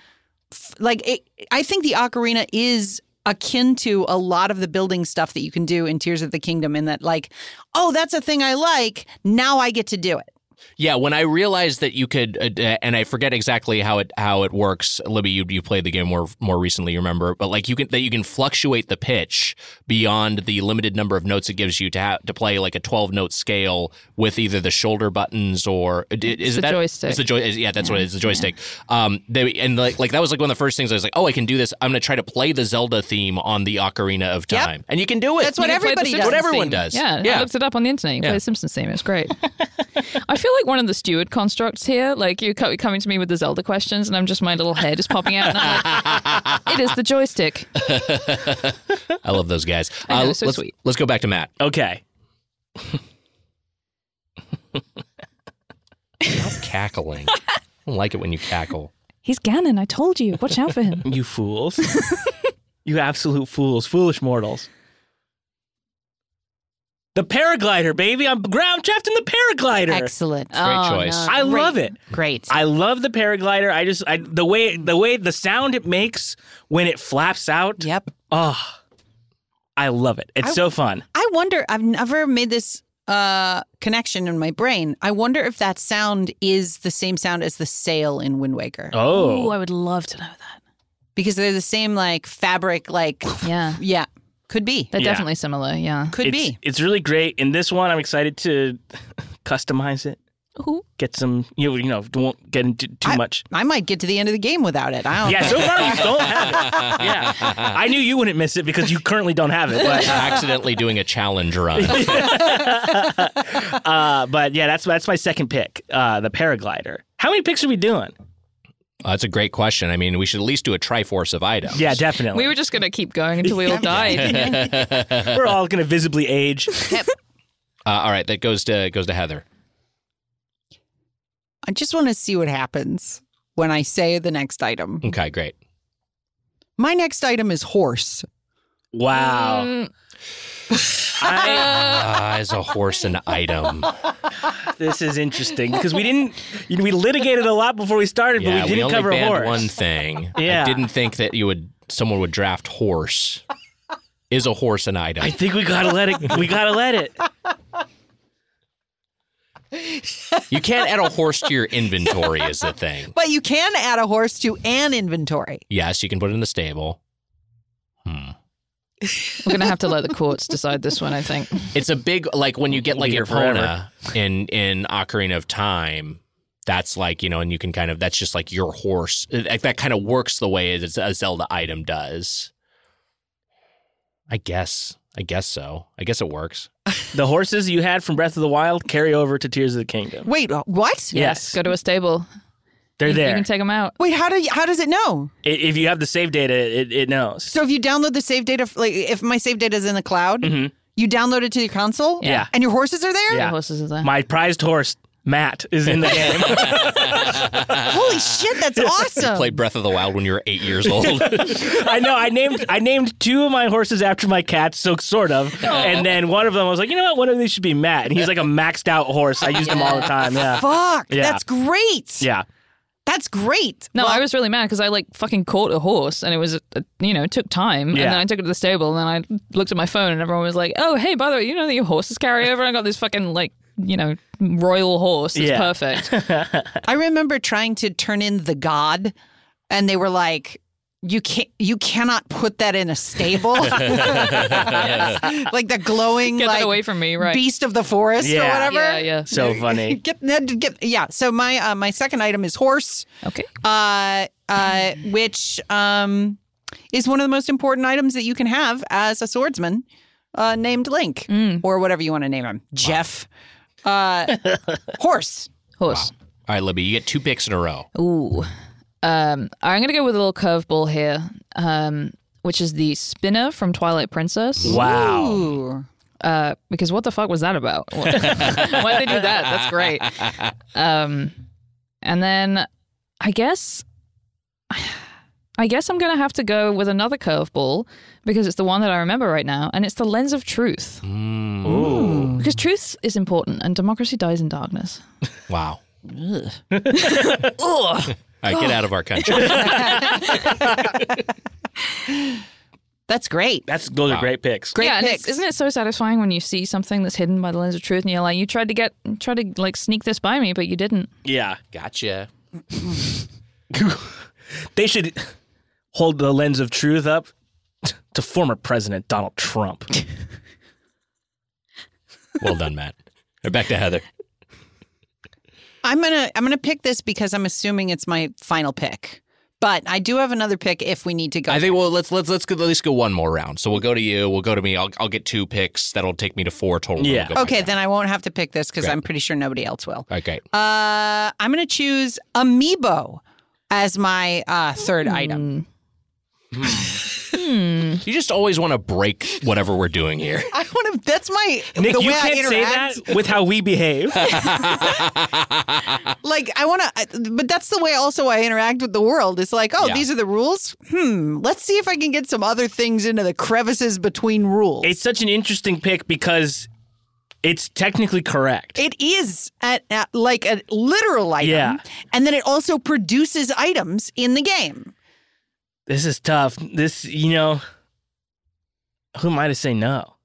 S5: f- like it, I think the Ocarina is akin to a lot of the building stuff that you can do in Tears of the Kingdom in that like oh that's a thing I like now I get to do it
S2: Yeah, when I realized that you could, uh, uh, and I forget exactly how it how it works, Libby, you you played the game more more recently, you remember? But like you can that you can fluctuate the pitch beyond the limited number of notes it gives you to ha- to play like a twelve note scale with either the shoulder buttons or i- is
S6: the
S2: that
S6: joystick.
S2: It's the joy, is- yeah, that's what it is, the joystick. Um, they, and like like that was like one of the first things I was like, oh, I can do this. I'm gonna try to play the Zelda theme on the Ocarina of
S5: Yep.
S2: Time, and you can do it.
S5: That's what
S6: You can
S5: everybody does.
S6: play the Simpsons
S2: What everyone
S6: theme.
S2: does.
S6: Yeah,
S2: Yeah.
S6: I looked it up on the internet. You can
S2: Yeah.
S6: play the Simpsons theme. It's great. I feel like one of the steward constructs here. Like you're co- coming to me with the Zelda questions, and I'm just my little head is popping out. And I'm like, it is the joystick.
S2: I love those guys.
S6: I know,
S2: uh,
S6: so
S2: let's
S6: sweet.
S2: let's go back to Matt.
S3: okay.
S2: Stop cackling. I don't like it when you cackle.
S6: He's Ganon. I told you. Watch out for him.
S3: You fools. you absolute fools. Foolish mortals. The paraglider, baby. I'm ground trapped in the paraglider.
S5: excellent
S2: Great
S6: Oh,
S2: choice.
S6: no.
S3: I love it.
S5: great
S3: I love the paraglider. I just I, the way the way the sound it makes when it flaps out.
S5: yep
S3: Oh, I love it. It's
S5: I-
S3: so fun.
S5: I wonder. I've never made this uh, connection in my brain. I wonder if that sound is the same sound as the sail in Wind Waker
S3: Oh,
S6: Ooh, I would love to know that.
S5: because they're the same like fabric. Like,
S6: Yeah,
S5: yeah, could be,
S6: they're
S3: Yeah.
S6: definitely similar. Yeah.
S5: could
S3: it's,
S5: be.
S3: It's really great. And this one, I'm excited to customize it.
S6: Ooh.
S3: Get some. You you know don't get into too
S5: I-
S3: much.
S5: I might get to the end of the game without it. I don't.
S3: Yeah, so far you don't have it. Yeah, I knew you wouldn't miss it because you currently don't have it. But
S2: Accidentally doing a challenge run.
S3: uh, but yeah, that's that's my second pick, uh, the paraglider. How many picks are we doing?
S2: That's a great question. I mean, we should at least do a Triforce of items.
S3: Yeah, definitely.
S6: We were just gonna keep going until we all died.
S3: We're all going to visibly age.
S2: Uh, all right, that goes to goes to Heather.
S5: I just want to see what happens when I say the next item.
S2: Okay, great.
S5: My next item is horse.
S3: Wow.
S6: Mm.
S3: I,
S2: Ah, is a horse an item?
S3: this is interesting because we didn't, you know, we litigated a lot before we started,
S2: Yeah,
S3: but we
S2: we
S3: didn't
S2: only
S3: cover
S2: banned
S3: horse.
S2: one thing. I
S3: Yeah.
S2: didn't think that you would someone would draft horse. Is a horse an item?
S3: I think we gotta let it. We gotta let it.
S2: you can't add a horse to your inventory. Is the thing?
S5: But you can add a horse to an inventory.
S2: Yes, you can put it in the stable. Hmm.
S6: We're gonna have to let the courts decide this one. I think.
S2: It's a big like when you get
S3: We'll
S2: like
S3: be here forever.
S2: Epona in in Ocarina of Time. That's like you know, and you can kind of that's just like your horse. Like that kind of works the way that a Zelda item does. I guess. I guess so. I guess it works.
S3: The horses you had from Breath of the Wild carry over to Tears of the Kingdom.
S5: Wait, uh, what?
S3: Yes,
S6: Go to a stable.
S3: they're
S6: You- You
S3: there.
S6: can take them out.
S5: Wait, how do you, how does it know?
S3: I- if you have the save data, it, it knows.
S5: So if you download the save data, like if my save data is in the cloud, you download it to your console,
S3: Mm-hmm. Yeah.
S5: and your horses are there.
S3: Yeah.
S6: The horses are there.
S3: My prized horse Matt is in the game.
S5: Holy shit, that's awesome!
S2: Play Breath of the Wild when you were eight years old.
S3: I know. I named I named two of my horses after my cats, so sort of. And then one of them I was like, you know what? One of these should be Matt, and he's like a maxed out horse. I use them all the time. Yeah,
S5: Fuck,
S3: Yeah.
S5: that's great.
S3: yeah.
S5: That's great.
S6: No,
S5: Well,
S6: I was really mad because I like fucking caught a horse and it was, uh, you know, it took time.
S3: Yeah.
S6: And then I took it to the stable and then I looked at my phone and everyone was like, oh, hey, by the way, you know that your horses carry over? I got this fucking, like, you know, royal horse. It's
S3: Yeah.
S6: perfect.
S5: I remember trying to turn in the god, and they were like. You can't. You cannot put that in a stable, like the glowing,
S6: Get
S5: like
S6: that away from me, right?
S5: beast of the forest or
S3: Yeah.
S5: whatever.
S6: yeah, yeah.
S3: So funny.
S5: Get, get, yeah. So my uh, my second item is horse.
S6: Okay.
S5: uh, uh, which um, is one of the most important items that you can have as a swordsman uh, named Link
S6: Mm.
S5: or whatever you want to name him. Jeff. Uh, horse.
S6: Horse.
S2: All right, Libby, you get two picks in a row.
S6: Ooh. Um, I'm going to go with a little curveball here, um, which is the spinner from Twilight Princess.
S3: Wow.
S5: Ooh.
S6: uh, because what the fuck was that about? Why did they do that? That's great. Um, and then I guess, I guess I'm gonna have to go with another curveball because it's the one that I remember right now, and it's the lens of truth. Hmm. Because truth is important, and democracy dies in darkness.
S2: Wow. All right, get out of our country.
S5: That's great.
S3: That's those are great picks.
S5: Great
S6: yeah, and it's-
S5: picks.
S6: isn't it so satisfying when you see something that's hidden by the lens of truth, and you're like, you tried to get, tried to like sneak this by me, but you didn't.
S3: Yeah,
S2: Gotcha.
S3: they should hold the lens of truth up to former President Donald Trump.
S2: Well done, Matt. All right, Back to Heather.
S5: I'm gonna I'm gonna pick this because I'm assuming it's my final pick. But I do have another pick if we need to go.
S2: I think well let's let's let's go, at least go one more round. So we'll go to you. We'll go to me. I'll I'll get two picks. That'll take me to four total. then we'll
S3: Yeah.
S2: go back
S5: okay,
S2: down.
S5: then I won't have to pick this because I'm pretty sure nobody else will.
S2: Okay.
S5: Uh, I'm gonna choose Amiibo as my uh, third
S6: Hmm.
S5: item.
S2: You just always want to break whatever we're doing here.
S5: I want to. That's my
S3: Nick,
S5: the way
S3: you
S5: I
S3: can't
S5: interact.
S3: say that with how we behave.
S5: Like I want to, but that's the way also I interact with the world. It's like, oh,
S2: Yeah.
S5: these are the rules. Hmm. Let's see if I can get some other things into the crevices between rules.
S3: it's such an interesting pick because it's technically correct.
S5: It is at, at- like a literal item,
S3: Yeah.
S5: and then it also produces items in the game.
S3: this is tough. This, you know, who am I to say no?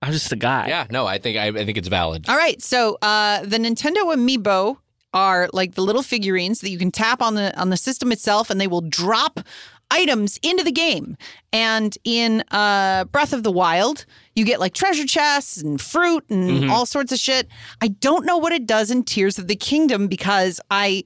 S3: I'm just a guy.
S2: Yeah. No, I think I, I think it's valid.
S5: All right, so uh, the Nintendo Amiibo are like the little figurines that you can tap on the on the system itself, and they will drop items into the game. And in uh, Breath of the Wild, you get like treasure chests and fruit and all sorts of shit. I don't know what it does in Tears of the Kingdom because I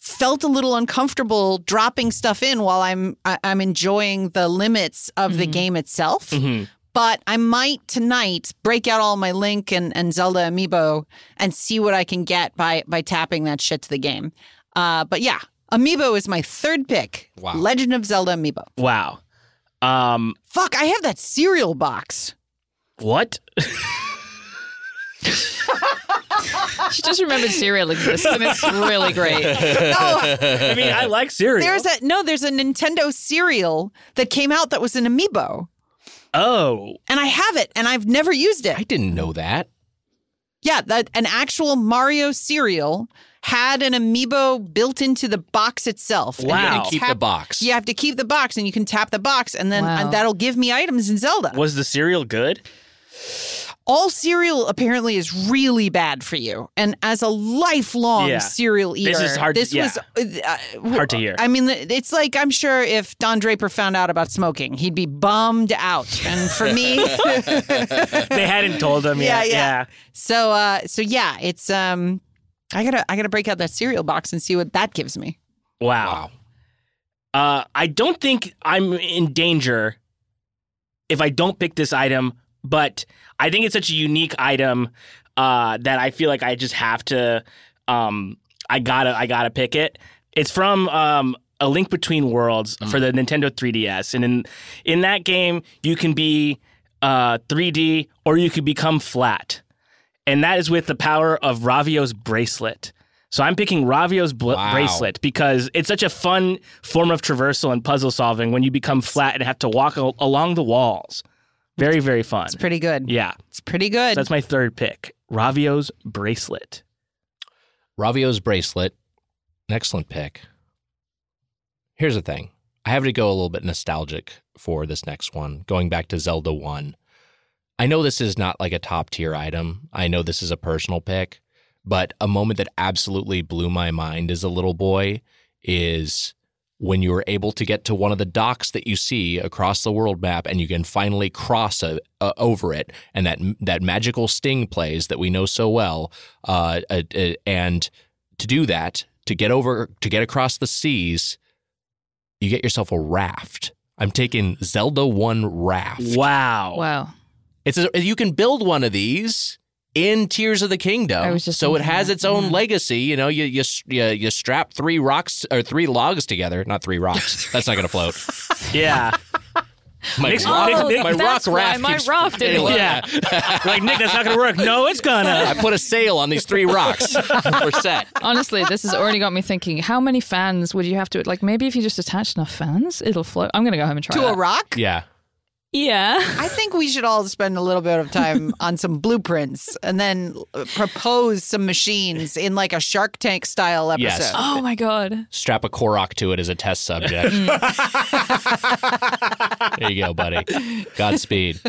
S5: felt a little uncomfortable dropping stuff in while I'm I- I'm enjoying the limits of the game itself.
S3: Mm-hmm.
S5: But I might tonight break out all my Link and, and Zelda amiibo and see what I can get by by tapping that shit to the game. Uh, but yeah, amiibo is my third pick.
S2: Wow.
S5: Legend of Zelda amiibo.
S3: Wow. Um,
S5: Fuck, I have that cereal box.
S3: what?
S6: She just remembered cereal exists, and it's really great.
S5: Oh,
S3: I mean, I like cereal.
S5: there's a no, there's a Nintendo cereal that came out that was an amiibo,
S3: oh,
S5: and I have it, and I've never used it.
S2: I didn't know that.
S5: Yeah, that an actual Mario cereal had an amiibo built into the box itself. And you
S3: Wow.
S5: can
S3: And
S2: keep the box.
S5: You have to keep the box, and you can tap the box, and then
S6: Wow.
S5: and that'll give me items in Zelda.
S3: was the cereal good?
S5: All cereal apparently is really bad for you, and as a lifelong
S3: Yeah.
S5: cereal eater,
S3: This is hard to-
S5: This
S3: yeah.
S5: was uh, uh,
S3: Hard to hear.
S5: I mean, it's like I'm sure if Don Draper found out about smoking, he'd be bummed out. And for me,
S3: they hadn't told him
S5: Yeah,
S3: yet.
S5: yeah. So uh so yeah, it's um I gotta I gotta break out that cereal box and see what that gives me.
S3: Wow.
S2: Wow.
S3: Uh, I don't think I'm in danger if I don't pick this item, but I think it's such a unique item uh, that I feel like I just have to. Um, I gotta, I gotta pick it. It's from um, a Link Between Worlds for the Nintendo 3DS, and in in that game, you can be uh, 3D or you could become flat, and that is with the power of Ravio's bracelet. So I'm picking Ravio's bl-
S2: Wow.
S3: bracelet because it's such a fun form of traversal and puzzle solving when you become flat and have to walk al- along the walls. Very, very fun.
S5: It's pretty good.
S3: yeah.
S5: It's pretty good.
S3: So that's my third pick. Ravio's bracelet.
S2: Ravio's bracelet. An excellent pick. Here's the thing. I have to go a little bit nostalgic for this next one, going back to Zelda 1. I know this is not like a top tier item. I know this is a personal pick, but a moment that absolutely blew my mind as a little boy is when you are able to get to one of the docks that you see across the world map and you can finally cross uh uh over it and that that magical sting plays that we know so well uh, uh, uh, and to do that to get over to get across the seas you get yourself a raft i'm taking zelda 1 raft
S3: Wow.
S6: Wow.
S2: it's a, you can build one of these in Tears of the Kingdom.
S6: I was just
S2: so it
S6: thinking
S2: has
S6: that,
S2: its own
S6: yeah.
S2: legacy. You know, you, you you you strap three rocks or three logs together, not three rocks. That's not going to float.
S3: Yeah.
S2: My
S3: Nick's-
S2: rock,
S3: Nick- Nick-
S2: my rock
S6: that's why
S2: raft.
S6: my
S2: keeps
S6: raft didn't
S2: failing.
S3: Yeah. like, Nick, that's not going to work. No, it's going
S2: I
S3: to.
S2: put a sail on these three rocks. We're set.
S6: Honestly, this has already got me thinking. How many fans would you have to like? Maybe if you just attach enough fans, it'll float. I'm gonna go home and try
S5: to a
S6: that.
S5: rock?
S2: Yeah.
S6: Yeah.
S5: I think we should all spend a little bit of time on some blueprints and then propose some machines in like a Shark Tank style episode.
S2: Yes.
S6: Oh my god.
S2: Strap a Korok to it as a test subject. there you go, buddy. Godspeed.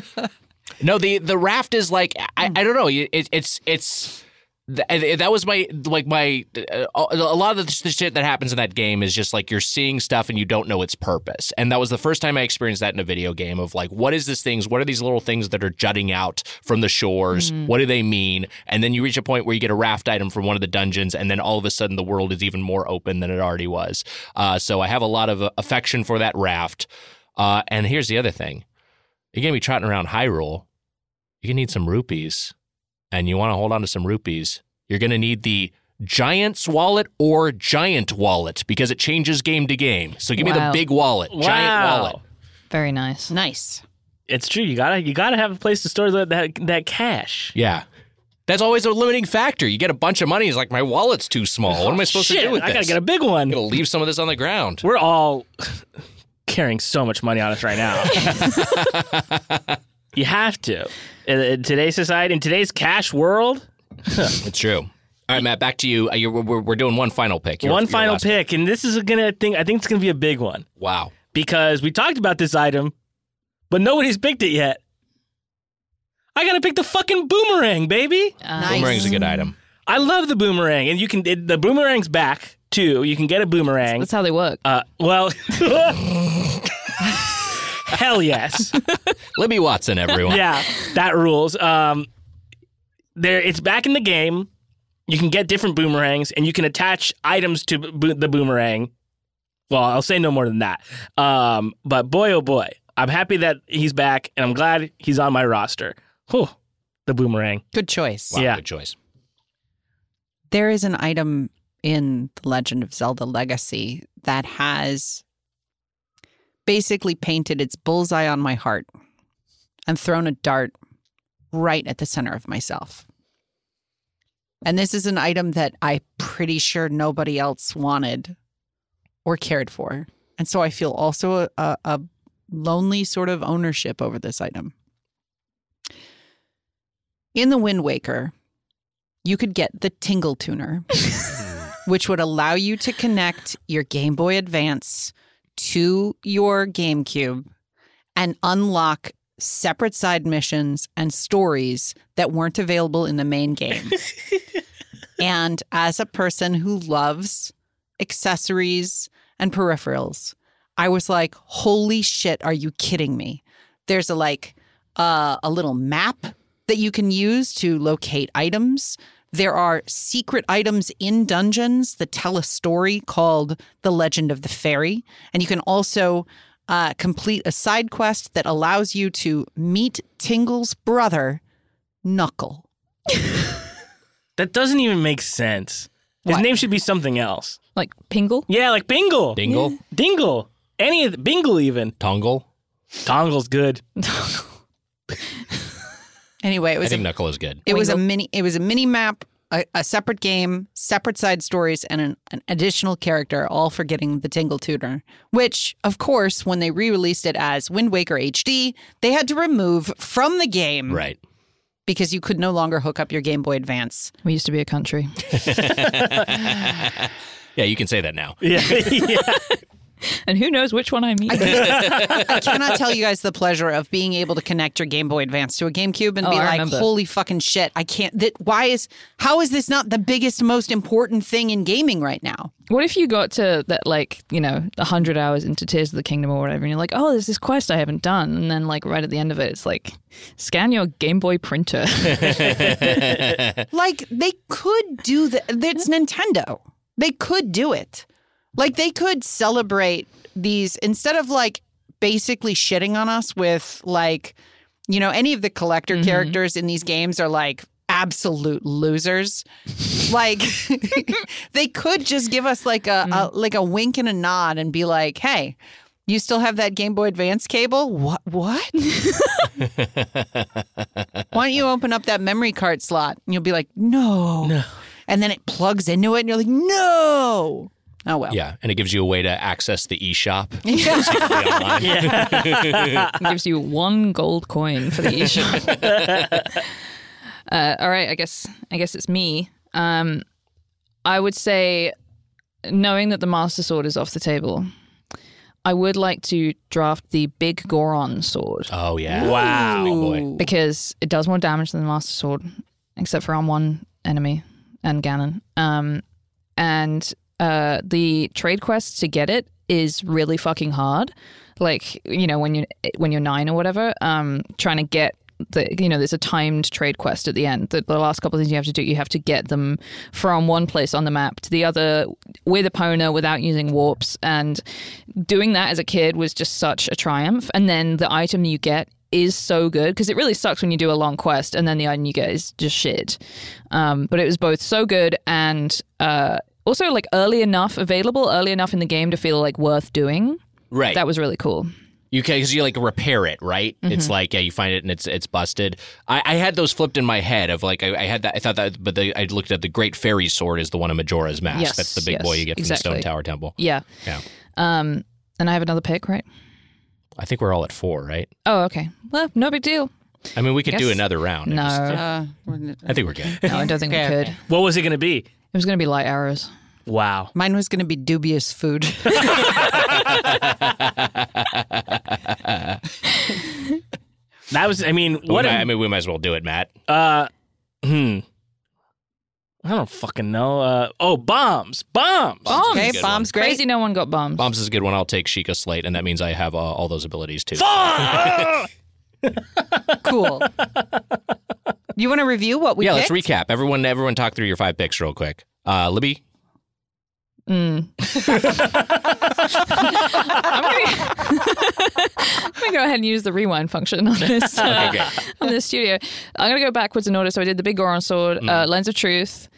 S2: No, the the raft is like I, I don't know. It, it's it's th- and that was my like my uh, a lot of the shit that happens in that game is just like you're seeing stuff and you don't know its purpose. And that was the first time I experienced that in a video game of like what is this things? What are these little things that are jutting out from the shores? What do they mean? And then you reach a point where you get a raft item from one of the dungeons, and then all of a sudden the world is even more open than it already was. Uh, so I have a lot of uh, affection for that raft. Uh, and here's the other thing: you're gonna be trotting around Hyrule. You're gonna need some rupees, and you want to hold on to some rupees. You're gonna need the Giant's wallet or Giant wallet because it changes game to game. So give me the
S6: Wow.
S2: big wallet, Giant
S3: Wow.
S2: wallet.
S6: Very nice.
S5: Nice.
S3: It's true. You gotta you gotta have a place to store that that, that cash.
S2: Yeah. That's always a limiting factor. You get a bunch of money, it's like my wallet's too small. What am I supposed
S3: Shit,
S2: to do with
S3: I
S2: this?
S3: gotta get a big one.
S2: I'm gonna leave some of this on the ground.
S3: We're all carrying so much money on us right now. you have to in, in today's society, in today's cash world.
S2: It's true. All right, Matt, back to you. Uh, you're, we're, we're doing one final pick. Your-
S3: one
S2: your
S3: final
S2: last-
S3: pick, and this is gonna think I think it's gonna be a big one
S2: Wow.
S3: because we talked about this item, but nobody's picked it yet. I gotta pick the fucking boomerang, baby.
S6: Um,
S5: nice.
S2: Boomerang's a good item.
S3: I love the boomerang, and you can it, the boomerang's back too. You can get a boomerang.
S6: That's how they work.
S3: Uh, well, hell yes,
S2: Libby Watson, everyone.
S3: yeah, that rules. Um, there, it's back in the game. You can get different boomerangs, and you can attach items to bo- the boomerang. Well, I'll say no more than that. Um, but boy, oh boy, I'm happy that he's back, and I'm glad he's on my roster. Whew, the boomerang.
S5: Good choice.
S2: Wow,
S3: Yeah.
S2: good choice.
S5: There is an item in The Legend of Zelda Legacy that has basically painted its bullseye on my heart and thrown a dart right at the center of myself. And this is an item that I'm pretty sure nobody else wanted or cared for. And so I feel also a, a, a lonely sort of ownership over this item. In The Wind Waker, you could get the Tingle Tuner, which would allow you to connect your Game Boy Advance to your GameCube and unlock separate side missions and stories that weren't available in the main game. and as a person who loves accessories and peripherals, I was like, holy shit, are you kidding me? There's a like uh, a little map that you can use to locate items. There are secret items in dungeons that tell a story called The Legend of the Fairy. And you can also uh, complete a side quest that allows you to meet Tingle's brother, Knuckle.
S3: That doesn't even make sense. His name should be something else.
S6: like Pingle.
S3: Yeah, like Bingle.
S2: Dingle,
S3: Dingle. Any of the, Bingle even.
S2: Tongle.
S3: Dongle's good.
S5: Anyway, it
S2: I
S5: was a
S2: think Knuckle is good.
S5: It was a mini. It was a mini map, a, a separate game, separate side stories, and an, an additional character, all for getting the Tingle Tutor. Which, of course, when they re-released it as Wind Waker HD, they had to remove from the
S6: Mm.
S5: game
S2: Right.
S5: because you could no longer hook up your Game Boy Advance.
S6: We used to be a country.
S2: Yeah, you can say that now.
S3: Yeah. yeah.
S6: And who knows which one I mean?
S5: I cannot tell you guys the pleasure of being able to connect your Game Boy Advance to a GameCube and
S6: Oh,
S5: be
S6: I
S5: like,
S6: remember.
S5: "Holy fucking shit! I can't. That why is how is this not the biggest, most important thing in gaming right now?"
S6: What if you got to that, like, you know, 100 hours into Tears of the Kingdom or whatever, and you're like, oh, there's this quest I haven't done. And then, like, right at the end of it, it's like, scan your Game Boy printer.
S5: Like they could do that. It's Nintendo. They could do it. Like they could celebrate these instead of like basically shitting on us with like, you know, any of the collector characters in these games are like absolute losers. like they could just give us like a, a like a wink and a nod and be like, hey, You still have that Game Boy Advance cable? What? What? Why don't you open up that memory card slot? And you'll be like, no. No. And then it plugs into it, and you're like, no. Oh, well.
S2: Yeah, and it gives you a way to access the eShop.
S5: Yeah.
S2: online.
S6: It gives you one gold coin for the eShop. uh, all right, I guess I guess it's me. Um, I would say, knowing that the Master Sword is off the table, I would like to draft the Big Goron Sword
S2: Oh yeah.
S3: Wow.
S2: Oh, boy.
S6: because it does more damage than the Master Sword, except for on one enemy and Ganon. Um, and uh, the trade quest to get it is really fucking hard. Like you know when you when you're nine or whatever, um, trying to get the you know there's a timed trade quest at the end. The, the last couple of things you have to do, you have to get them from one place on the map to the other with Epona without using warps. And doing that as a kid was just such a triumph. And then the item you get is so good because it really sucks when you do a long quest and then the item you get is just shit. Um, but it was both so good and uh, also like early enough available, early enough in the game to feel like worth doing.
S2: Right.
S6: That was really cool.
S2: You can because you like repair it, right? It's
S6: Mm-hmm.
S2: like yeah, you find it and it's it's busted. I, I had those flipped in my head of like I, I had that I thought that, but the, I looked at the Great Fairy Sword is the one in Majora's Mask.
S6: Yes,
S2: That's the big
S6: yes,
S2: boy you get from the Stone
S6: exactly.
S2: Tower Temple.
S6: Yeah.
S2: Yeah.
S6: Um, and I have another pick, right?
S2: I think we're all at four, right?
S6: Oh, okay. Well, no big deal.
S2: I mean, we could do
S6: Guess-
S2: another round. It
S6: No,
S2: just-
S5: Uh,
S2: I think we're good.
S6: no, I don't think we could.
S3: What was it going to be?
S6: It was going to be light arrows.
S3: Wow.
S5: mine was going to be dubious food.
S3: That was. I mean, what?
S2: we
S3: a-
S2: might, I mean, we might as well do it, Matt.
S3: Uh, hmm. I don't fucking know. Uh, oh, bombs, bombs.
S6: Bombs.
S5: okay,
S2: a good
S5: bombs, great.
S6: Crazy, no one got bombs.
S2: Bombs is a good one. I'll take Sheikah Slate, and that means I have uh, all those abilities too.
S3: Ah!
S5: Cool. you want to review what we
S2: yeah,
S5: picked?
S2: let's recap. Everyone, everyone, talk through your five picks real quick. Uh, Libby,
S6: Mm. I'm gonna, I'm gonna go ahead and use the rewind function on this uh,
S2: Okay,
S6: on this studio. I'm gonna go backwards in order. So I did the Big Goron Sword,
S2: Mm.
S6: uh, Lens of Truth,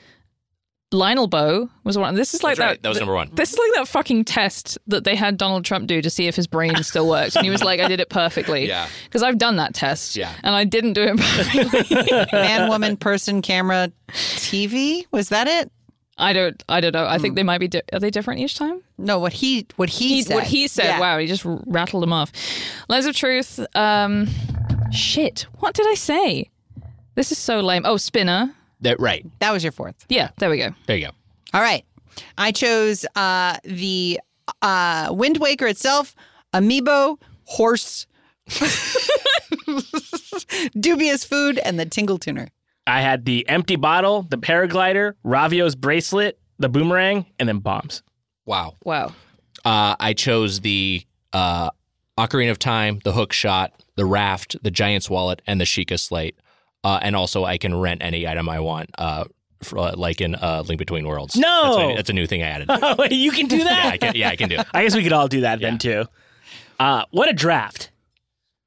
S6: Lionel Bow was one. This is like
S2: That's right.
S6: that.
S2: That was number one.
S6: This is like that fucking test that they had Donald Trump do to see if his brain still worked, and he was like, "I did it perfectly."
S2: Yeah.
S6: Because I've done that test.
S2: Yeah.
S6: And I didn't do it perfectly.
S5: Man, woman, person, camera, TV. Was that it?
S6: I don't. I don't know. I
S2: Mm.
S6: think they might be. Di- are they different each time?
S5: No, what he what he,
S6: he,
S5: said.
S6: what he said.
S5: Yeah.
S6: Wow, he just r- rattled them off. Lines of truth. Um, shit. What did I say? This is so lame. Oh, spinner.
S2: that right?
S5: That was your fourth.
S6: Yeah, there we go.
S2: There you go.
S5: All right. I chose uh, the uh, Wind Waker itself, Amiibo, Horse, Dubious Food, and the Tingle Tuner.
S3: I had the empty bottle, the paraglider, Ravio's bracelet, the boomerang, and then bombs.
S2: Wow.
S6: Wow.
S2: Uh, I chose the uh, Ocarina of Time, the Hook Shot, the Raft, the Giant's Wallet, and the Sheikah Slate. Uh, and also, I can rent any item I want, uh, for, uh, like in uh, Link Between Worlds.
S3: No!
S2: that's, my- that's a new thing I added.
S3: Oh, wait, you can do
S2: yeah,
S3: that.
S2: I can, yeah, I can do. it.
S3: I guess we could all do that then too. Uh, what a draft!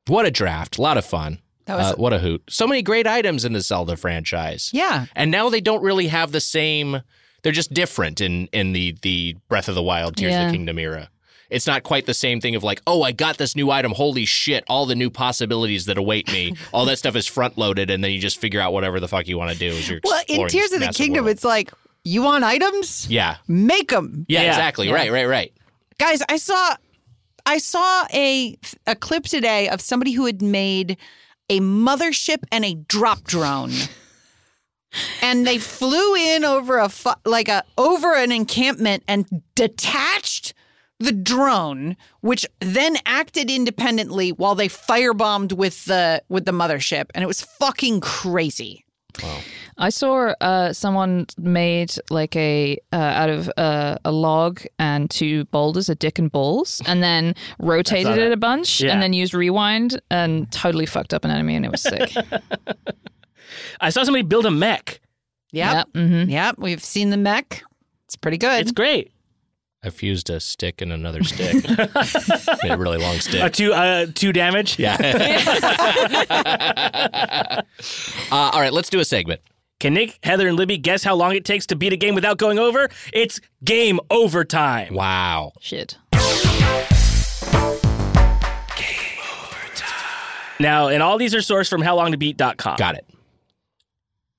S2: What a draft! A lot of fun.
S5: That was-
S2: uh, what a hoot! So many great items in the Zelda franchise.
S5: Yeah.
S2: and now they don't really have the same. They're just different in in the the Breath of the Wild, Tears of
S6: Yeah.
S2: the Kingdom era. It's not quite the same thing of like, oh, I got this new item. Holy shit! All the new possibilities that await me. all that stuff is front loaded, and then you just figure out whatever the fuck you want to do. As you're
S5: Well, in
S2: exploring
S5: Tears
S2: this
S5: of the
S2: massive
S5: Kingdom,
S2: world.
S5: it's like, you want items?
S2: yeah,
S5: Make them.
S2: yeah,
S3: Yeah.
S2: exactly, right, right, right.
S5: guys i saw i saw a a clip today of somebody who had made a mothership and a drop drone and they flew in over a fu- like a over an encampment and detached the drone which then acted independently while they firebombed with the with the mothership and it was fucking crazy
S6: I saw uh, someone made like a uh, out of uh, a log and two boulders, a dick and balls, and then rotated it a bunch,
S3: Yeah.
S6: and then used rewind and totally fucked up an enemy, and it was sick.
S3: I saw somebody build a mech.
S5: yep
S6: hmm
S5: yep we've seen the mech it's pretty good
S3: It's great.
S2: I fused a stick and another stick. Made a really long stick.
S3: Uh, two, uh, two damage.
S2: Yeah. uh, all right, let's do a segment.
S3: Can Nick, Heather, and Libby guess how long it takes to beat a game without going over? It's game overtime.
S2: Wow.
S6: Shit.
S3: Now, and all these are sourced from howlongtobeat.com.
S2: Got it.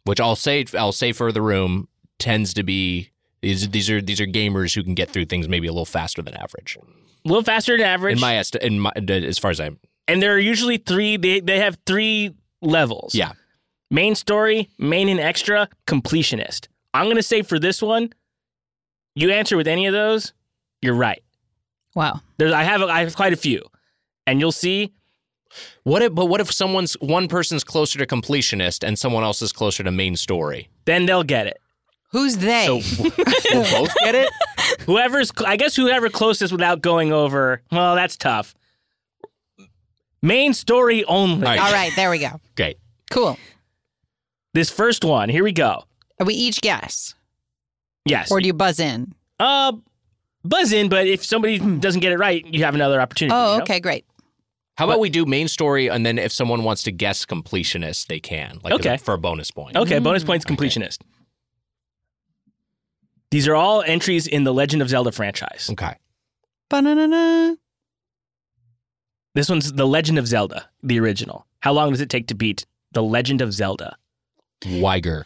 S2: Which I'll say I'll say for the room tends to be these these are these are gamers who can get through things maybe a little faster than average.
S3: A little faster than average.
S2: In my est- in my as far as I'm
S3: and there are usually three, they, they have three levels.
S2: yeah.
S3: Main story, main and extra, completionist. I'm going to say for this one, you answer with any of those, you're right.
S6: Wow.
S3: There's, I have I have quite a few, and you'll see.
S2: What if but what if someone's one person's closer to completionist and someone else is closer to main story?
S3: Then they'll get it.
S5: Who's they?
S2: So we'll both get it.
S3: Whoever's I guess whoever closest without going over. Well, that's tough. Main story only.
S2: All right.
S5: All right, there we go.
S2: Great.
S5: Cool.
S3: This first one. Here we go.
S5: We each guess,
S3: Yes.
S5: or do you buzz in?
S3: uh, buzz in. But if somebody
S2: Hmm.
S3: doesn't get it right, you have another opportunity. you
S5: Oh,
S3: know?
S5: okay, great.
S2: How about we do main story and then if someone wants to guess completionist, they can. Like
S3: Okay.
S2: for a bonus point.
S5: Hmm.
S3: Okay. Bonus points. Completionist. These are all entries in the Legend of Zelda franchise.
S2: Okay.
S5: Ba-na-na-na.
S3: This one's The Legend of Zelda, the original. How long does it take to beat The Legend of Zelda?
S2: Weiger,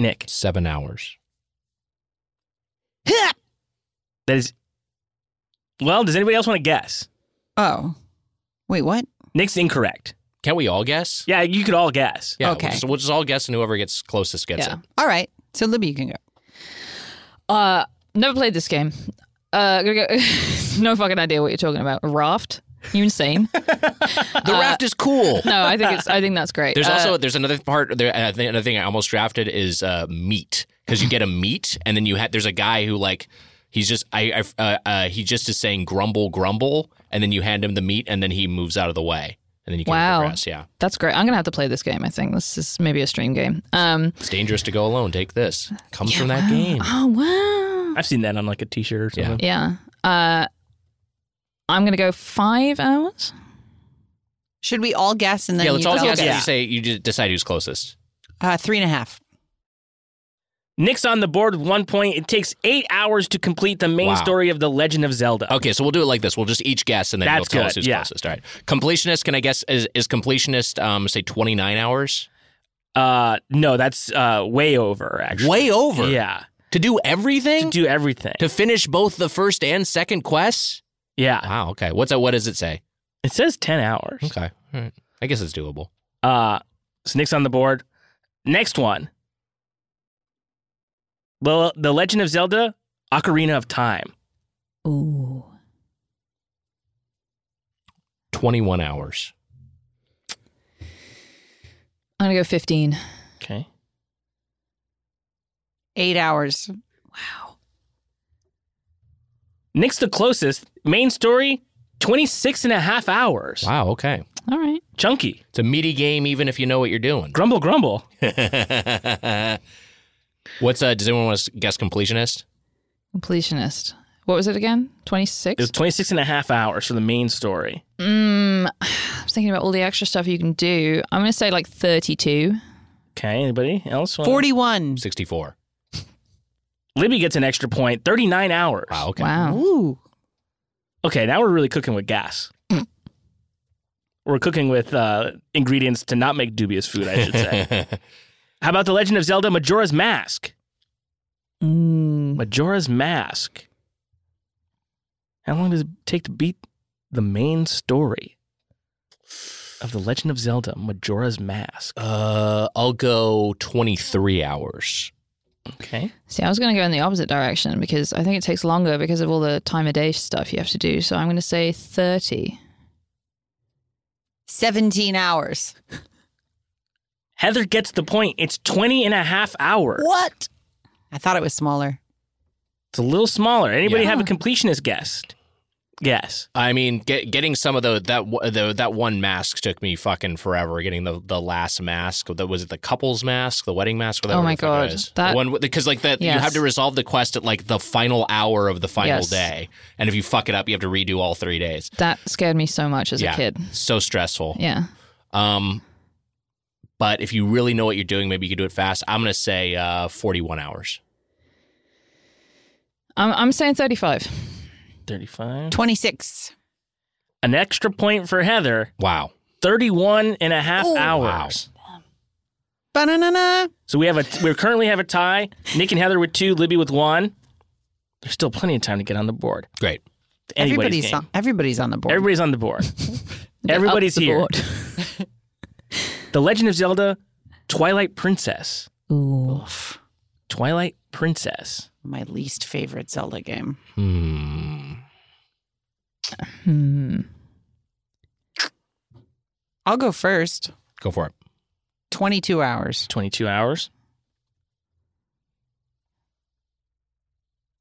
S3: Nick,
S2: seven hours.
S5: Huh.
S3: that is. Well, does anybody else want to guess?
S5: Oh, wait, what?
S3: Nick's incorrect.
S2: Can we all guess?
S3: Yeah, you could all guess.
S2: Yeah.
S5: Okay.
S2: We'll just, we'll just all guess and whoever gets closest gets
S6: Yeah.
S2: it.
S5: All right, so Libby, you can go.
S6: Uh, never played this game. Uh, gonna go- no fucking idea what you're talking about. A raft? You insane?
S2: The raft is cool.
S6: no, I think it's. I think that's great.
S2: Uh, There's
S6: Uh,
S2: also there's another part there. and I think another thing I almost drafted is uh, meat because you get a meat and then you had there's a guy who like he's just I, I uh, uh, he just is saying grumble grumble and then you hand him the meat and then he moves out of the way and then you can
S6: Wow.
S2: progress. Yeah,
S6: that's great. I'm gonna have to play this game. I think this is maybe a stream game. Um,
S2: it's dangerous to go alone. Take this. Comes from that game.
S6: oh wow.
S3: I've seen that on like a t shirt or
S2: Yeah.
S3: something.
S6: Yeah. Uh, I'm gonna go five hours.
S5: Should we all guess and then
S2: yeah, let's
S5: you
S2: all
S5: tell
S2: guess.
S5: us?
S2: You say you just decide who's closest.
S5: Uh, three and a half.
S3: Nick's on the board with one point. It takes eight hours to complete the main
S2: Wow.
S3: story of The Legend of Zelda.
S2: Okay, so we'll do it like this. We'll just each guess and then
S3: That's
S2: you'll tell us
S3: good,
S2: who's
S3: yeah.
S2: closest. All right. Completionist, can I guess is, is completionist um say 29 hours?
S3: Uh, no, that's uh, way over, actually.
S2: Way over.
S3: Yeah.
S2: To do everything?
S3: To do everything.
S2: to finish both the first and second quests.
S3: yeah.
S2: Wow. Okay. What's that? What does it say?
S3: It says 10 hours.
S2: Okay. All right. I guess it's doable.
S3: Uh, so Nick's on the board. Next one. The, the Legend of Zelda Ocarina of Time.
S6: Ooh.
S2: Twenty-one hours.
S6: I'm gonna go 15.
S3: Okay.
S5: Eight hours.
S3: Nick's the closest. Main story, 26 and a half hours.
S2: Wow. Okay.
S6: All right.
S3: Chunky.
S2: It's a meaty game, even if you know what you're doing.
S3: Grumble, grumble.
S2: What's uh? Does anyone want to guess completionist?
S6: Completionist. What was it again? 26?
S3: It was 26 and a half hours for the main story.
S6: Mm, I'm thinking about all the extra stuff you can do. I'm going to say like 32.
S3: Okay. Anybody else? want-
S5: 41.
S2: Sixty-four.
S3: Libby gets an extra point, 39 hours.
S2: Wow. Okay.
S6: Wow.
S5: Ooh.
S3: Okay. Now we're really cooking with gas. we're cooking with uh, ingredients to not make dubious food, I should say. How about The Legend of Zelda Majora's Mask?
S6: Mm,
S3: Majora's Mask. How long does it take to beat the main story of The Legend of Zelda Majora's Mask?
S2: uh, I'll go twenty-three hours.
S3: Okay.
S6: see, I was going to go in the opposite direction because I think it takes longer because of all the time of day stuff you have to do. So I'm going to say 30.
S5: 17 hours.
S3: Heather gets the point. It's 20 and a half hours.
S5: What? I thought it was smaller.
S2: Mm-hmm.
S3: It's a little smaller. Anybody
S2: Yeah.
S3: have a completionist guess? Yes.
S2: I mean, get, getting some of the that w- the, that one mask took me fucking forever. Getting the the last mask that was it the couple's mask, the wedding mask. whatever
S6: Oh my
S2: the fuck it
S6: God.
S2: is.
S6: That-
S2: the one because like that you
S6: Yes.
S2: have to resolve the quest at like the final hour of the final
S6: Yes.
S2: day, and if you fuck it up, you have to redo all three days.
S6: That scared me so much as
S2: Yeah.
S6: a kid.
S2: So stressful.
S6: Yeah.
S2: Um, but if you really know what you're doing, maybe you can do it fast. I'm gonna say uh, 41 hours.
S6: I'm, I'm saying 35.
S3: 35.
S5: 26.
S3: An extra point for Heather,
S2: Wow.
S3: 31 and a half
S2: Wow.
S3: hours.
S5: Banana.
S3: So we have a we currently have a tie. Nick and Heather with two, Libby with one. There's still plenty of time to get on the board.
S2: Great.
S3: Anybody's
S5: Everybody's
S3: game.
S5: on, everybody's on the board.
S3: Everybody's on the board. Everybody's
S6: Up the
S3: here.
S6: board.
S3: The Legend of Zelda, Twilight Princess.
S6: Ooh.
S5: Oof.
S3: Twilight Princess.
S5: My least favorite Zelda game.
S2: Hmm.
S6: Hmm.
S5: I'll go first.
S2: Go for it.
S5: 22 hours.
S3: 22 hours.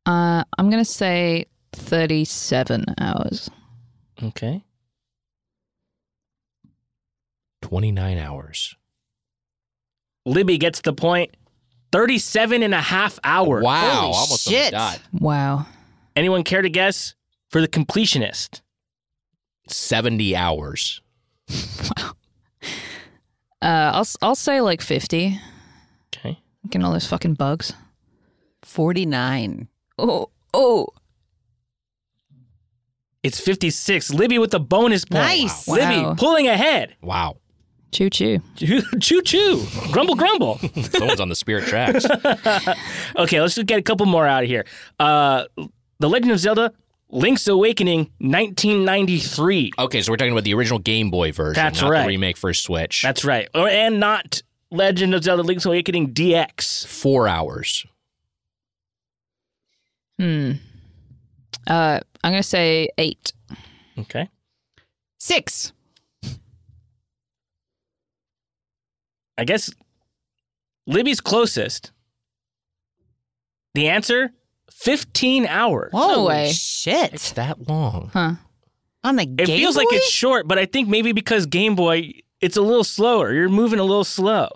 S6: Uh, I'm gonna say 37 hours.
S3: Okay.
S2: 29 hours.
S3: Libby gets the point. 37 and a half hours.
S2: Wow.
S5: Holy
S2: almost on the
S5: shit.
S2: dot.
S6: Wow.
S3: Anyone care to guess for the completionist?
S2: 70 hours.
S6: Uh, I'll s- I'll say like 50.
S3: Okay.
S6: Getting all those fucking bugs.
S5: 49.
S6: Oh oh.
S3: It's 56. Libby with the bonus point.
S5: Nice.
S6: Wow.
S3: Libby
S6: Wow.
S3: pulling ahead.
S2: Wow.
S6: Choo choo.
S3: Choo choo. Grumble grumble.
S2: Someone's on the spirit tracks.
S3: okay, let's just get a couple more out of here. Uh, the Legend of Zelda Link's Awakening 1993.
S2: Okay, so we're talking about the original Game Boy version,
S3: That's
S2: not
S3: right.
S2: the remake for Switch.
S3: That's right. Or- And not Legend of Zelda Link's Awakening DX.
S2: four hours.
S6: Hmm. Uh, I'm gonna say eight.
S3: Okay.
S5: Six.
S3: I guess Libby's closest. The answer 15 hours.
S5: Holy
S6: way.
S2: It's
S5: shit.
S2: that long.
S6: Huh.
S5: On the
S3: It
S5: Game
S3: feels like
S5: Boy?
S3: it's short, but I think maybe because Game Boy, it's a little slower. You're moving a little slow.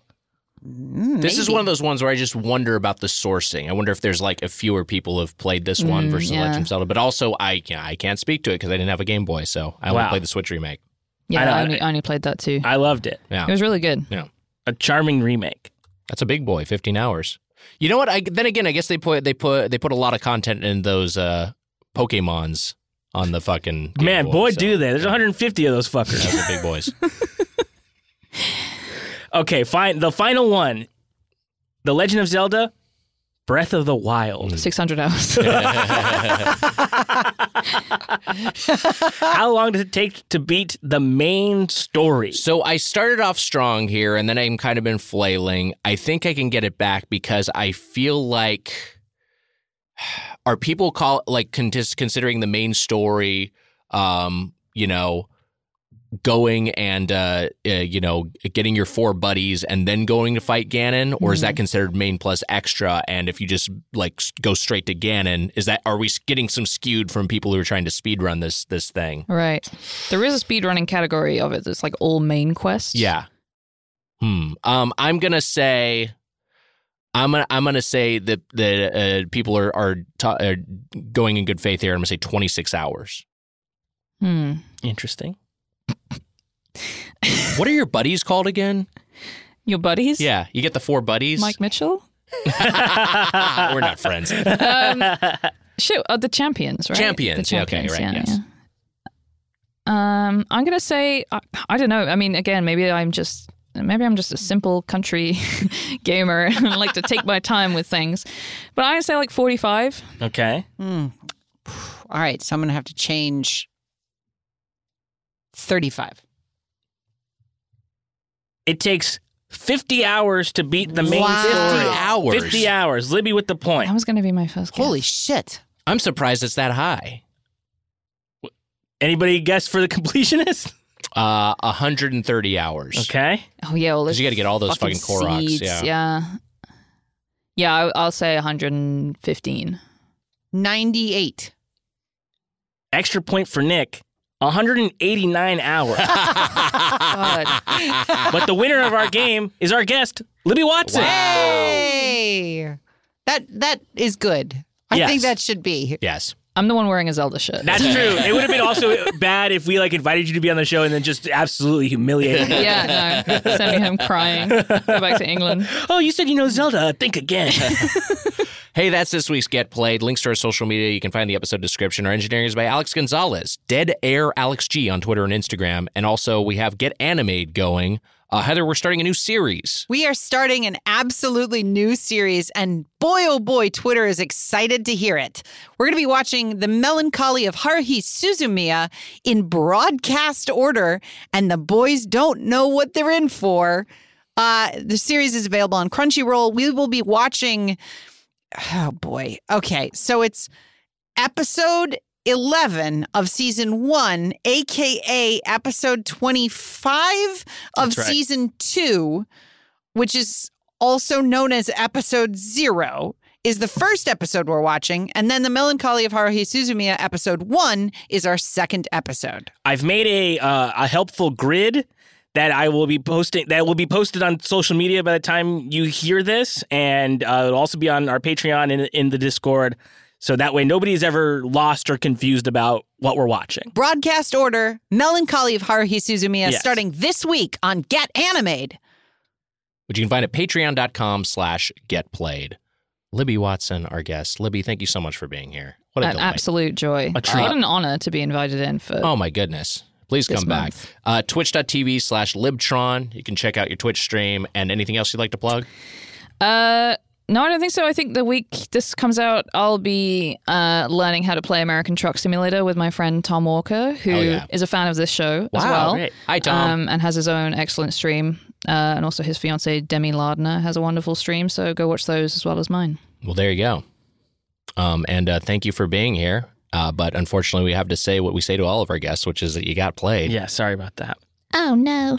S5: Mm,
S2: This is
S5: maybe.
S2: one of those ones where I just wonder about the sourcing. I wonder if there's like if fewer people have played this one
S6: Mm,
S2: versus
S6: yeah.
S2: Legend of Zelda. But also, I yeah, I can't speak to it because I didn't have a Game Boy, so I only
S3: Wow.
S2: played the Switch remake.
S6: Yeah,
S3: I
S6: I,
S3: know.
S6: only, I only played that too.
S3: I loved it.
S6: it
S2: Yeah,
S6: was really good.
S3: A charming remake.
S2: that's a big boy, fifteen hours. You know what? I, then again, I guess they put they put they put a lot of content in those uh Pokemons on the fucking Game
S3: Man, boy,
S2: so-
S3: do they. There's 150 of those fuckers.
S2: Those are big boys.
S3: Okay, fine. The final one The Legend of Zelda, Breath of the Wild.
S6: 600 hours.
S3: How long does it take to beat the main story?
S2: So I started off strong here, and then I'm kind of been flailing. I think I can get it back because I feel like are people call like con- considering the main story, um, you know, going and uh, uh, you know getting your four buddies and then going to fight Ganon, or is that considered main plus extra? And if you just like s- go straight to Ganon, is that are we s- getting some skewed from people who are trying to speed run this this thing?
S6: right. There is a speedrunning category of it that's like all main quests.
S2: Yeah. Hmm. Um. I'm gonna say. I'm gonna I'm gonna say that the uh, people are are, ta- are going in good faith here. I'm gonna say 26 hours.
S6: Hmm.
S3: Interesting.
S2: What are your buddies called again?
S6: Your buddies?
S2: Yeah, you get the four buddies. Ah,
S6: Mike Mitchell?
S2: We're not friends.
S6: Um, shit, uh, the champions, right?
S2: Champions,
S6: The
S2: yeah, okay, right, yes.
S6: yeah. Um, I'm gonna say I, I don't know. I mean, again, maybe I'm just maybe I'm just a simple country gamer and I like to take my time with things, but I say like 45.
S3: Okay.
S5: Mm. All right, so I'm going to have to change 35.
S3: It takes 50 hours to beat the main
S5: Wow.
S2: 50
S3: story.
S2: hours.
S3: 50 hours. Libby with the point.
S6: That was gonna be my first. guess.
S5: Holy shit.
S2: I'm surprised it's that high.
S3: Anybody guess for the completionist?
S2: Uh, 130 hours.
S3: Okay.
S6: Oh yeah, all
S2: 'Cause you
S6: those
S2: gotta get all those fucking Koroks,
S6: seeds,
S2: yeah.
S6: yeah. Yeah, I, I'll say 115.
S5: 98.
S3: Extra point for Nick. 189 hours.
S6: God.
S3: but the winner of our game is our guest, Libby Watson.
S2: Wow.
S5: Hey. That that is good. I
S3: Yes.
S5: think that should be.
S2: Yes.
S6: I'm the one wearing a Zelda shirt.
S3: That's true. It would have been also bad if we like invited you to be on the show and then just absolutely humiliated you.
S6: yeah, no. Send me home crying. Go back to England.
S3: Oh, you said you know Zelda. Think again.
S2: Hey, that's this week's Get Played. Links to our social media. You can find the episode description. Our engineering is by Alex Gonzalez, Dead Air Alex G on Twitter and Instagram. And also, we have Get Animated going. Uh, Heather, we're starting a new series.
S5: We are starting an absolutely new series, and boy, oh boy, Twitter is excited to hear it. We're going to be watching The Melancholy of Haruhi Suzumiya in broadcast order, and the boys don't know what they're in for. Uh, the series is available on Crunchyroll. We will be watching. Oh boy. Okay. So it's episode 11 of season one, AKA episode 25 of
S3: That's right.
S5: season two, which is also known as episode zero, is the first episode we're watching. And then The Melancholy of Haruhi Suzumiya, episode one, is our second episode.
S3: I've made a uh, a helpful grid that I will be posting that will be posted on social media by the time you hear this, and uh, it'll also be on our Patreon and in the Discord. So that way, nobody's ever lost or confused about what we're watching.
S5: Broadcast order Melancholy of Haruhi Suzumiya,
S3: Yes.
S5: starting this week on Get Animated.
S2: which you can find at patreon.com slash getplayed. Libby Watson, our guest. Libby, thank you so much for being here. What a
S6: An
S2: delight.
S6: Uh, absolute joy.
S3: A treat.
S6: What an honor to be invited in for.
S2: Oh my goodness. Please
S6: This
S2: come
S6: month.
S2: back. Uh, Twitch.tv slash Libtron. You can check out your Twitch stream and anything else you'd like to plug. Oh.
S6: Uh, no, I don't think so. I think the week this comes out, I'll be uh, learning how to play American Truck Simulator with my friend Tom Walker, who is
S2: Hell yeah.
S6: a fan of this show as well.
S2: great. Hi, Tom.
S6: Um, and has his own excellent stream. Uh, and also his fiancee Demi Lardner has a wonderful stream. So go watch those as well as mine.
S2: Well, there you go. Um, and uh, thank you for being here. Uh, but unfortunately, we have to say what we say to all of our guests, which is that you got played.
S3: Yeah, sorry about that.
S6: Oh no.